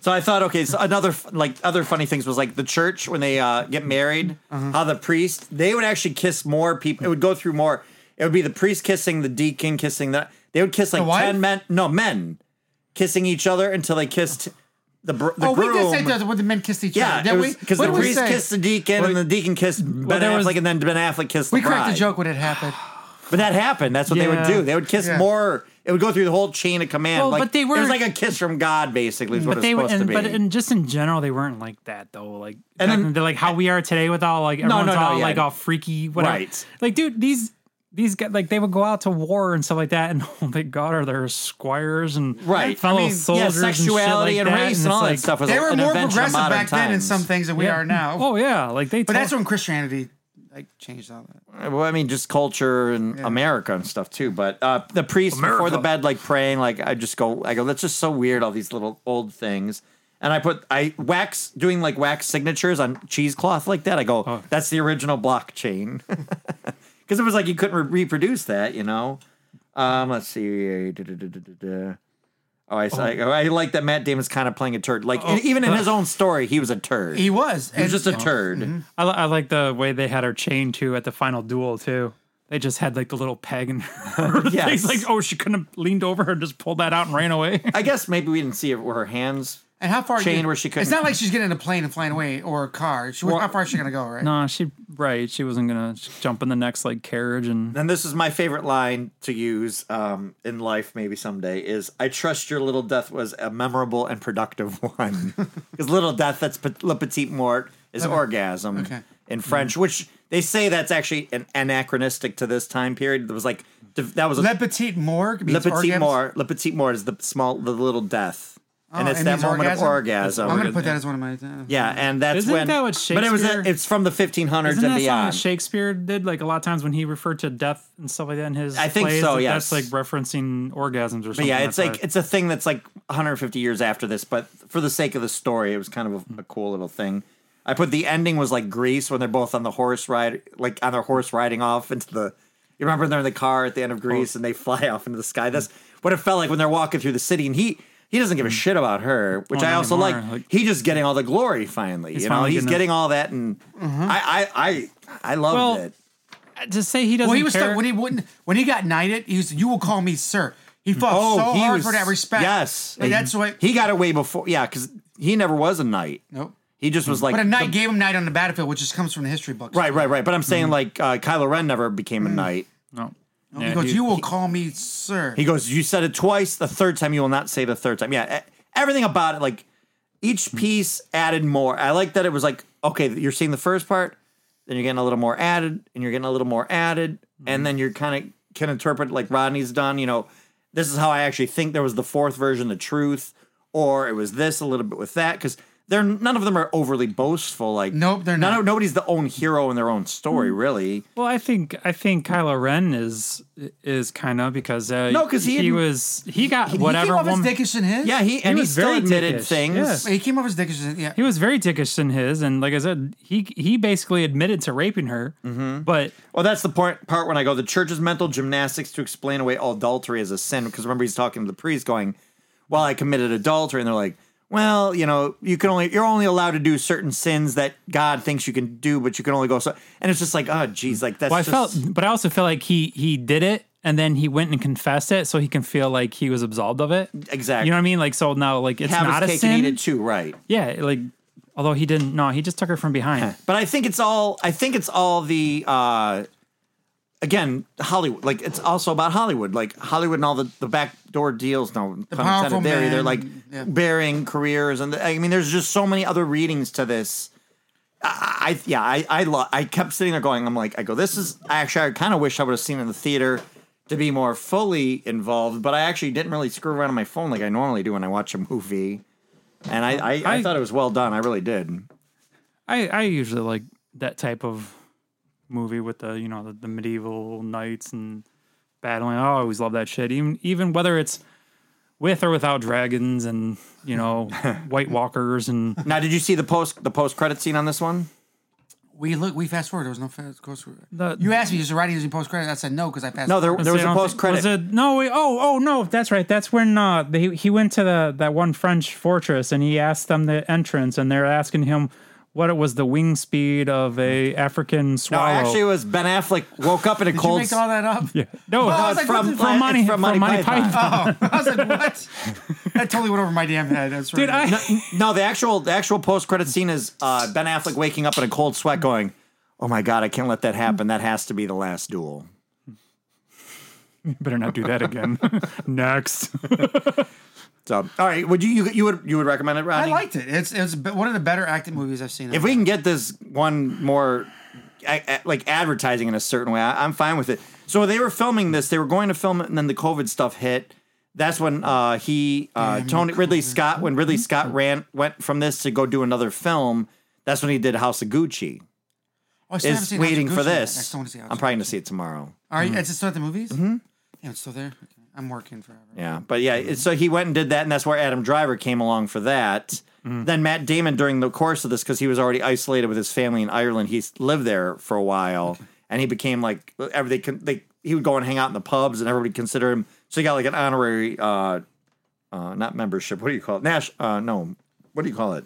Speaker 3: So I thought, okay, so another f- like other funny things was like the church when they uh, get married,
Speaker 4: Uh-huh.
Speaker 3: how the priest they would actually kiss more people. It would go through more. It would be the priest kissing the deacon kissing the. They would kiss like
Speaker 4: wife?
Speaker 3: ten men, no men, kissing each other until they kissed the br- the
Speaker 4: Oh,
Speaker 3: groom.
Speaker 4: we did say that when the men kissed each
Speaker 3: yeah,
Speaker 4: other. didn't we?
Speaker 3: because
Speaker 4: What
Speaker 3: the
Speaker 4: did we
Speaker 3: priest
Speaker 4: say?
Speaker 3: kissed the deacon and the deacon kissed Ben
Speaker 5: there
Speaker 3: Affleck
Speaker 5: was-
Speaker 3: and then Ben Affleck kissed
Speaker 4: We
Speaker 3: the bride.
Speaker 4: cracked a joke when it happened.
Speaker 3: But that happened. That's what they would
Speaker 5: Yeah.
Speaker 3: do. They would kiss
Speaker 4: Yeah.
Speaker 3: more. It would go through the whole chain of command.
Speaker 5: Well,
Speaker 3: like,
Speaker 5: but they
Speaker 3: It was
Speaker 5: weren't-
Speaker 3: like a kiss from God, basically. Is what
Speaker 5: But
Speaker 3: it's
Speaker 5: they were,
Speaker 3: supposed
Speaker 5: and,
Speaker 3: to be.
Speaker 5: but in, just in general, they weren't like that though. Like,
Speaker 3: And
Speaker 5: and
Speaker 3: then-
Speaker 5: then, like how we are today with all like everyone's
Speaker 3: no, no,
Speaker 5: all
Speaker 3: yeah.
Speaker 5: like all freaky, whatever.
Speaker 3: Right.
Speaker 5: Like, dude, these these guys like they would go out to war and stuff like that, and oh my god, are there squires and
Speaker 3: right,
Speaker 5: fellow
Speaker 3: I mean,
Speaker 5: soldiers,
Speaker 3: yeah, sexuality
Speaker 5: and,
Speaker 3: and
Speaker 5: shit like that,
Speaker 3: race and,
Speaker 5: it's
Speaker 3: all
Speaker 5: like,
Speaker 3: that stuff was
Speaker 4: They
Speaker 3: a-
Speaker 4: were
Speaker 3: an
Speaker 4: more
Speaker 3: invention of
Speaker 4: progressive
Speaker 3: modern
Speaker 4: back then in
Speaker 3: times.
Speaker 4: some things than we
Speaker 5: yeah.
Speaker 4: are now.
Speaker 5: Oh yeah, like they.
Speaker 4: But that's when Christianity like changed all that.
Speaker 3: Well, I mean, just culture and America and stuff too. But uh, the priest before the bed, like praying, like I just go, I go, that's just so weird. All these little old things. And I put I wax doing like wax signatures on cheesecloth like that. I go, that's the original blockchain, because it was like you couldn't re- reproduce that, you know. Um, let's see. Da-da-da-da-da. Oh, I, saw- I like that Matt Damon's kind of playing a turd. Like even in his own story, he was a turd.
Speaker 4: He was.
Speaker 3: He was
Speaker 4: and-
Speaker 3: just a turd.
Speaker 5: I, li- I like the way they had her chained too at the final duel too. They just had like the little peg and her
Speaker 3: Yes.
Speaker 5: things, like oh she couldn't have leaned over and just pulled that out and ran away.
Speaker 3: I guess maybe we didn't see it where her hands
Speaker 4: and how far
Speaker 3: chain
Speaker 4: did-
Speaker 3: where she couldn't-
Speaker 4: It's not like she's getting in a plane and flying away or a car. She, how far is she gonna go? Right.
Speaker 5: no, she right. She wasn't gonna jump in the next like carriage and
Speaker 3: And this is my favorite line to use um, in life, maybe someday, is I trust your little death was a memorable and productive one. Because little death, that's pe- le petit mort, is orgasm
Speaker 4: Okay.
Speaker 3: in French, which they say that's actually an anachronistic to this time period. It was like, div- that was a,
Speaker 4: Le petit morgue.
Speaker 3: le
Speaker 4: means
Speaker 3: petit
Speaker 4: orgasms.
Speaker 3: mort. Le petit mort is the small, the little death. and
Speaker 4: Oh,
Speaker 3: it's
Speaker 4: it
Speaker 3: that
Speaker 4: means
Speaker 3: moment of orgasm. Oh,
Speaker 4: I'm gonna put that as one of my. uh,
Speaker 3: yeah, and that's
Speaker 5: Isn't
Speaker 3: when.
Speaker 5: that what
Speaker 3: but it was
Speaker 5: Shakespeare-
Speaker 3: it's from the 1500s
Speaker 5: isn't
Speaker 3: and
Speaker 5: that something
Speaker 3: beyond.
Speaker 5: that Shakespeare did? Like a lot of times when he referred to death and stuff like that in his
Speaker 3: I think
Speaker 5: plays,
Speaker 3: so,
Speaker 5: like,
Speaker 3: yes.
Speaker 5: that's like referencing orgasms or something.
Speaker 3: But yeah, it's
Speaker 5: That's
Speaker 3: like
Speaker 5: why-
Speaker 3: it's a thing that's like 150 years after this. But for the sake of the story, it was kind of a, a cool little thing. I put the ending was like Greece when they're both on the horse ride, like on their horse riding off into the. You remember they're in the car at the end of Greece and they fly off into the sky. That's what it felt like when they're walking through the city, and he he doesn't give a shit about her, which
Speaker 5: Oh,
Speaker 3: I
Speaker 5: not
Speaker 3: also
Speaker 5: anymore.
Speaker 3: like.
Speaker 5: Like-
Speaker 3: He just getting all the glory finally. you know,
Speaker 5: finally
Speaker 3: he's
Speaker 5: getting
Speaker 3: getting all that, and I I I I loved
Speaker 5: Well,
Speaker 3: it.
Speaker 5: to say he doesn't
Speaker 4: Well, he was
Speaker 5: care.
Speaker 4: stuck when he wouldn't when he got knighted. He was. You will call me sir. He fought so hard for that respect.
Speaker 3: Oh, Yes,
Speaker 4: Like, that's what.
Speaker 3: he got away before. Yeah, because he never was a knight.
Speaker 4: nope.
Speaker 3: He just was like
Speaker 4: But Mm. a knight
Speaker 3: the-
Speaker 4: gave him knight on the battlefield, which just comes from the history books.
Speaker 3: Right, right, right. But I'm
Speaker 4: Mm.
Speaker 3: saying like uh, Kylo Ren never became a knight.
Speaker 5: No.
Speaker 3: Oh,
Speaker 4: He
Speaker 5: Yeah,
Speaker 4: goes,
Speaker 5: he-
Speaker 4: "You will call me sir."
Speaker 3: He goes, "You said it twice. The third time, you will not say the third time." Yeah, e- everything about it, like
Speaker 4: Mm.
Speaker 3: each piece added more. I like that it was like, okay, you're seeing the first part, then you're getting a little more added, and you're getting a little more added,
Speaker 4: Mm.
Speaker 3: and then you're kind of can interpret like Rodney's done. You know, this is how I actually think there was the fourth version, the truth, or it was this a little bit with that because. They're, none of them are overly boastful. Like
Speaker 4: Nope, they're
Speaker 3: none
Speaker 4: not. Mm.
Speaker 3: of- nobody's the own hero in their own story, really.
Speaker 5: Well, I think I think Kylo Ren is is kind of because uh,
Speaker 3: No, 'cause he didn't-
Speaker 5: was he got
Speaker 4: He
Speaker 5: whatever
Speaker 4: came off
Speaker 5: woman
Speaker 4: as dickish in his.
Speaker 3: Yeah, he, and he
Speaker 5: was
Speaker 3: still
Speaker 5: very
Speaker 3: admitted
Speaker 5: dickish,
Speaker 3: things.
Speaker 5: yeah.
Speaker 4: he came off as dickish. In, yeah,
Speaker 5: he was very dickish in his, and like I said, he he basically admitted to raping her,
Speaker 3: Mm-hmm.
Speaker 5: but
Speaker 3: Well, that's the part, part when I go, the church's mental gymnastics to explain away adultery as a sin. Because remember, he's talking to the priest going, Well, I committed adultery. And they're like, Well, you know, you can only, you're only allowed to do certain sins that God thinks you can do, but you can only go so. And it's just like, Oh, geez, like that's
Speaker 5: well, I
Speaker 3: just-
Speaker 5: felt, but I also feel like he he did it, and then he went and confessed it, so he can feel like he was absolved of it.
Speaker 3: Exactly.
Speaker 5: You know what I mean? Like so now, like it's
Speaker 3: have
Speaker 5: not a
Speaker 3: his cake and
Speaker 5: sin.
Speaker 3: eat it too, right?
Speaker 5: Yeah, like although he didn't. No, he just took her from behind.
Speaker 3: But I think it's all, I think it's all the, uh, again, Hollywood. Like it's also about Hollywood, like Hollywood and all the, the backdoor deals. No the pun
Speaker 4: powerful
Speaker 3: intended. They're either
Speaker 4: man,
Speaker 3: like
Speaker 4: yeah.
Speaker 3: burying careers, and I mean, there's just so many other readings to this. I, I yeah, I I, lo- I kept sitting there going, I'm like, I go, this is actually I kind of wish I would have seen it in the theater to be more fully involved, but I actually didn't really screw around on my phone like I normally do when I watch a movie. And I, I, I,
Speaker 5: I-
Speaker 3: thought it was well done. I really did.
Speaker 5: I I usually like that type of movie with the you know the, the medieval knights and battling. I always love that shit. Even even whether it's with or without dragons and you know White Walkers and
Speaker 3: Now, did you see the post the post credit scene on this one?
Speaker 4: we look. We fast forward. There was no fast course.
Speaker 5: The-
Speaker 4: you asked me, is the writing using post credit? I said no because I passed.
Speaker 3: No, there,
Speaker 5: Let's
Speaker 3: there was
Speaker 5: see,
Speaker 3: a
Speaker 5: I don't
Speaker 3: post
Speaker 5: think-
Speaker 3: credit.
Speaker 5: Was it no? Wait, oh, oh no, that's right. That's when uh, they, he went to the that one French fortress and he asked them the entrance, and they're asking him what it was the wing speed of a African
Speaker 3: No,
Speaker 5: swallow.
Speaker 3: actually, it was Ben Affleck woke up in a
Speaker 4: Did you
Speaker 3: cold.
Speaker 4: make all that up? Yeah.
Speaker 5: no,
Speaker 4: I
Speaker 3: it's
Speaker 4: was like,
Speaker 3: from,
Speaker 4: what the-
Speaker 3: Pla-
Speaker 5: from Monty,
Speaker 3: it's from Monty, Python.
Speaker 4: Oh, I was like, what? that totally went over my damn head. That's
Speaker 5: Dude,
Speaker 4: right.
Speaker 5: I,
Speaker 3: No, the actual the actual post credit scene is uh, Ben Affleck waking up in a cold sweat, going, "Oh my god, I can't let that happen. That has to be the last duel."
Speaker 5: better not do that again. Next,
Speaker 3: So, all right, would you you, you would you would recommend it,
Speaker 4: I
Speaker 3: Rodney?
Speaker 4: liked it. It's it's be- one of the better acted movies I've seen.
Speaker 3: If we can get this one more, a- a- like advertising in a certain way, I, I'm fine with it. So they were filming this. They were going to film it, and then the COVID stuff hit. That's when uh, he uh, Tony Ridley Scott when Ridley Scott ran went from this to go do another film. That's when he did House of Gucci.
Speaker 4: oh, I still haven't
Speaker 3: Is
Speaker 4: seen
Speaker 3: waiting
Speaker 4: House
Speaker 3: for
Speaker 4: of Gucci yet. I
Speaker 3: this. I'm
Speaker 4: still want to see House of
Speaker 3: probably going to see it tomorrow.
Speaker 4: All right, it's still at the movies. Mm-hmm. Yeah, it's still there. Okay. I'm working forever.
Speaker 3: Yeah, but yeah, it- so he went and did that, and that's where Adam Driver came along for that. Then Matt Damon, during the course of this, because he was already isolated with his family in Ireland, he s- lived there for a while, and he became like every they con- they he would go and hang out in the pubs, and everybody considered him. So he got like an honorary, uh, uh, not membership. What do you call it? Nash? Uh, no, what do you call it?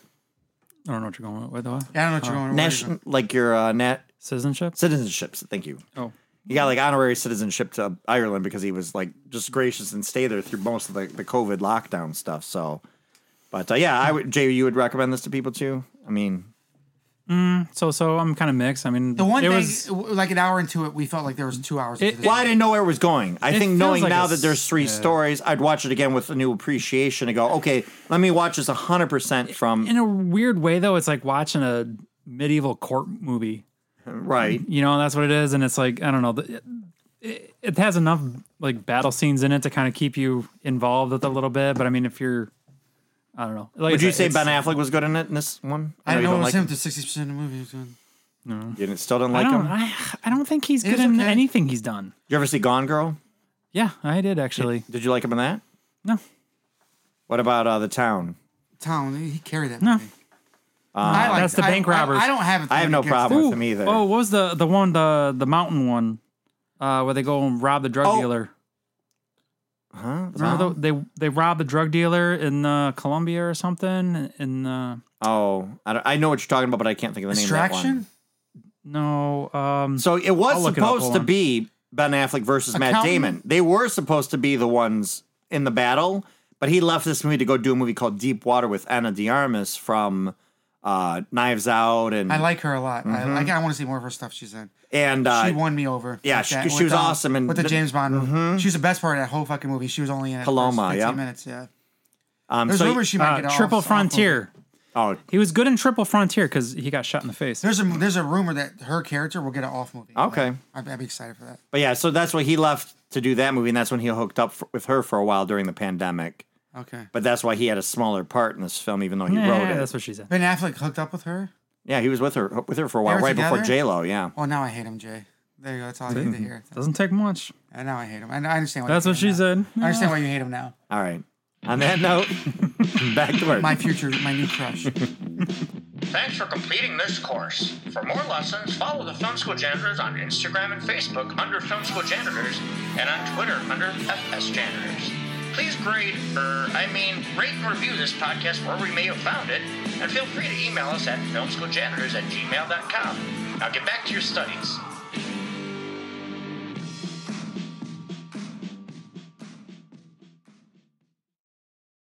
Speaker 5: I don't know what you're going with. Though.
Speaker 4: Yeah, I don't know what you're going. where you're
Speaker 3: Nash,
Speaker 4: going.
Speaker 3: like your uh, nat
Speaker 5: Citizenship.
Speaker 3: citizenships. Thank you.
Speaker 5: Oh,
Speaker 3: He got like honorary citizenship to Ireland because he was like just gracious and stay there through most of the, the COVID lockdown stuff. So, but uh, yeah, I would Jay, you would recommend this to people too. I mean,
Speaker 5: so so I'm kind of mixed. I mean,
Speaker 4: The one
Speaker 5: it
Speaker 4: thing,
Speaker 5: was
Speaker 4: like an hour into it, we felt like there was two hours.
Speaker 5: It-
Speaker 4: into this.
Speaker 3: well, I didn't know where it was going. I think
Speaker 5: feels
Speaker 3: knowing
Speaker 5: like
Speaker 3: now
Speaker 5: a
Speaker 3: that there's three stories, I'd watch it again with a new appreciation to go, okay, let me watch this hundred percent from
Speaker 5: in a weird way though. It's like watching a medieval court movie.
Speaker 3: right.
Speaker 5: you know that's what it is and it's like i don't know the- it, it has enough like battle scenes in it to kind of keep you involved with it a little bit but i mean if you're i don't know like I
Speaker 3: Would you
Speaker 5: said,
Speaker 3: say
Speaker 5: it's-
Speaker 3: Ben Affleck was good in it in this one?
Speaker 4: I
Speaker 3: you
Speaker 4: didn't know it
Speaker 3: don't
Speaker 4: was
Speaker 3: like
Speaker 4: him to sixty percent of the movie. dude.
Speaker 3: You didn't, still didn't
Speaker 5: i
Speaker 3: like
Speaker 5: don't
Speaker 3: him.
Speaker 5: I, I don't think he's good
Speaker 4: is
Speaker 5: in
Speaker 4: okay.
Speaker 5: anything he's done
Speaker 3: you ever see Gone Girl?
Speaker 5: yeah i did actually
Speaker 3: Did you like him in that?
Speaker 5: no
Speaker 3: What about uh, the town?
Speaker 4: Town, he carried that. Movie.
Speaker 3: Uh,
Speaker 4: I liked
Speaker 5: That's the
Speaker 4: it. I-
Speaker 5: bank
Speaker 4: I-
Speaker 5: robbers.
Speaker 4: I, don't have. a
Speaker 3: I have
Speaker 4: thing
Speaker 3: no
Speaker 4: against
Speaker 3: problem.
Speaker 4: it.
Speaker 3: with him either.
Speaker 5: oh what was the the one the the mountain one uh where they go and rob the drug
Speaker 3: Oh,
Speaker 5: dealer
Speaker 3: Huh? The
Speaker 5: Remember
Speaker 3: town?
Speaker 5: tho- they they robbed the drug dealer in uh, Colombia or something in uh
Speaker 3: Oh, I, don't, I know what you're talking about, but I can't think of the name. Of that
Speaker 4: Distraction.
Speaker 3: one.
Speaker 5: no um
Speaker 3: So it was
Speaker 5: I'll look it up,
Speaker 3: supposed
Speaker 5: hold
Speaker 3: to
Speaker 5: on.
Speaker 3: be Ben Affleck versus Matt
Speaker 4: Accountant?
Speaker 3: Damon. They were supposed to be the ones in the battle, but he left this movie to go do a movie called Deep Water with Anna Diarmas from uh, Knives Out and
Speaker 4: I like her a lot.
Speaker 3: Mm-hmm.
Speaker 4: I like. I want to see more of her stuff she's in.
Speaker 3: and
Speaker 4: She
Speaker 3: uh,
Speaker 4: won me over.
Speaker 3: yeah,
Speaker 4: with
Speaker 3: she-
Speaker 4: that-
Speaker 3: she was
Speaker 4: with, um,
Speaker 3: awesome and
Speaker 4: with the
Speaker 3: th-
Speaker 4: James Bond. She was the best part of that whole fucking movie. She was only in it for
Speaker 3: Paloma,
Speaker 4: 15
Speaker 3: yeah.
Speaker 4: minutes. Yeah,
Speaker 3: um,
Speaker 4: there's
Speaker 3: so-
Speaker 4: rumors she might
Speaker 5: Uh,
Speaker 4: get off-
Speaker 5: Triple
Speaker 4: off of it.
Speaker 5: Frontier.
Speaker 3: oh,
Speaker 5: He was good in Triple Frontier because he got shot in the face.
Speaker 4: There's a there's a rumor that her character will get an off movie.
Speaker 3: Okay.
Speaker 4: Like, I'd, I'd be excited for that.
Speaker 3: but yeah, so that's why he left to do that movie, and that's when he hooked up for, with her for a while during the pandemic.
Speaker 4: Okay.
Speaker 3: But that's why he had a smaller part in this film, even though he
Speaker 5: Yeah,
Speaker 3: wrote it.
Speaker 5: that's what she said.
Speaker 4: Ben Affleck hooked up with her.
Speaker 3: Yeah, he was with her with her for a while,
Speaker 4: were
Speaker 3: right before
Speaker 4: together?
Speaker 3: J Lo. Yeah,
Speaker 4: Oh, now I hate him, Jay. There you go. That's all I need to hear.
Speaker 5: Doesn't take much.
Speaker 4: And now I hate him. And I understand why.
Speaker 5: That's
Speaker 4: you
Speaker 5: what
Speaker 4: hate him
Speaker 5: she
Speaker 4: now.
Speaker 5: said.
Speaker 4: I understand why you hate him now.
Speaker 3: all right. On that note, back to work.
Speaker 4: My future, my new crush.
Speaker 1: Thanks for completing this course. For more lessons, follow the Film School Janitors on Instagram and Facebook under Film School Janitors and on Twitter under FS Janitors. Please grade, er, I mean, rate and review this podcast where we may have found it, and feel free to email us at filmschooljanitors at gmail.com. Now get back to your studies.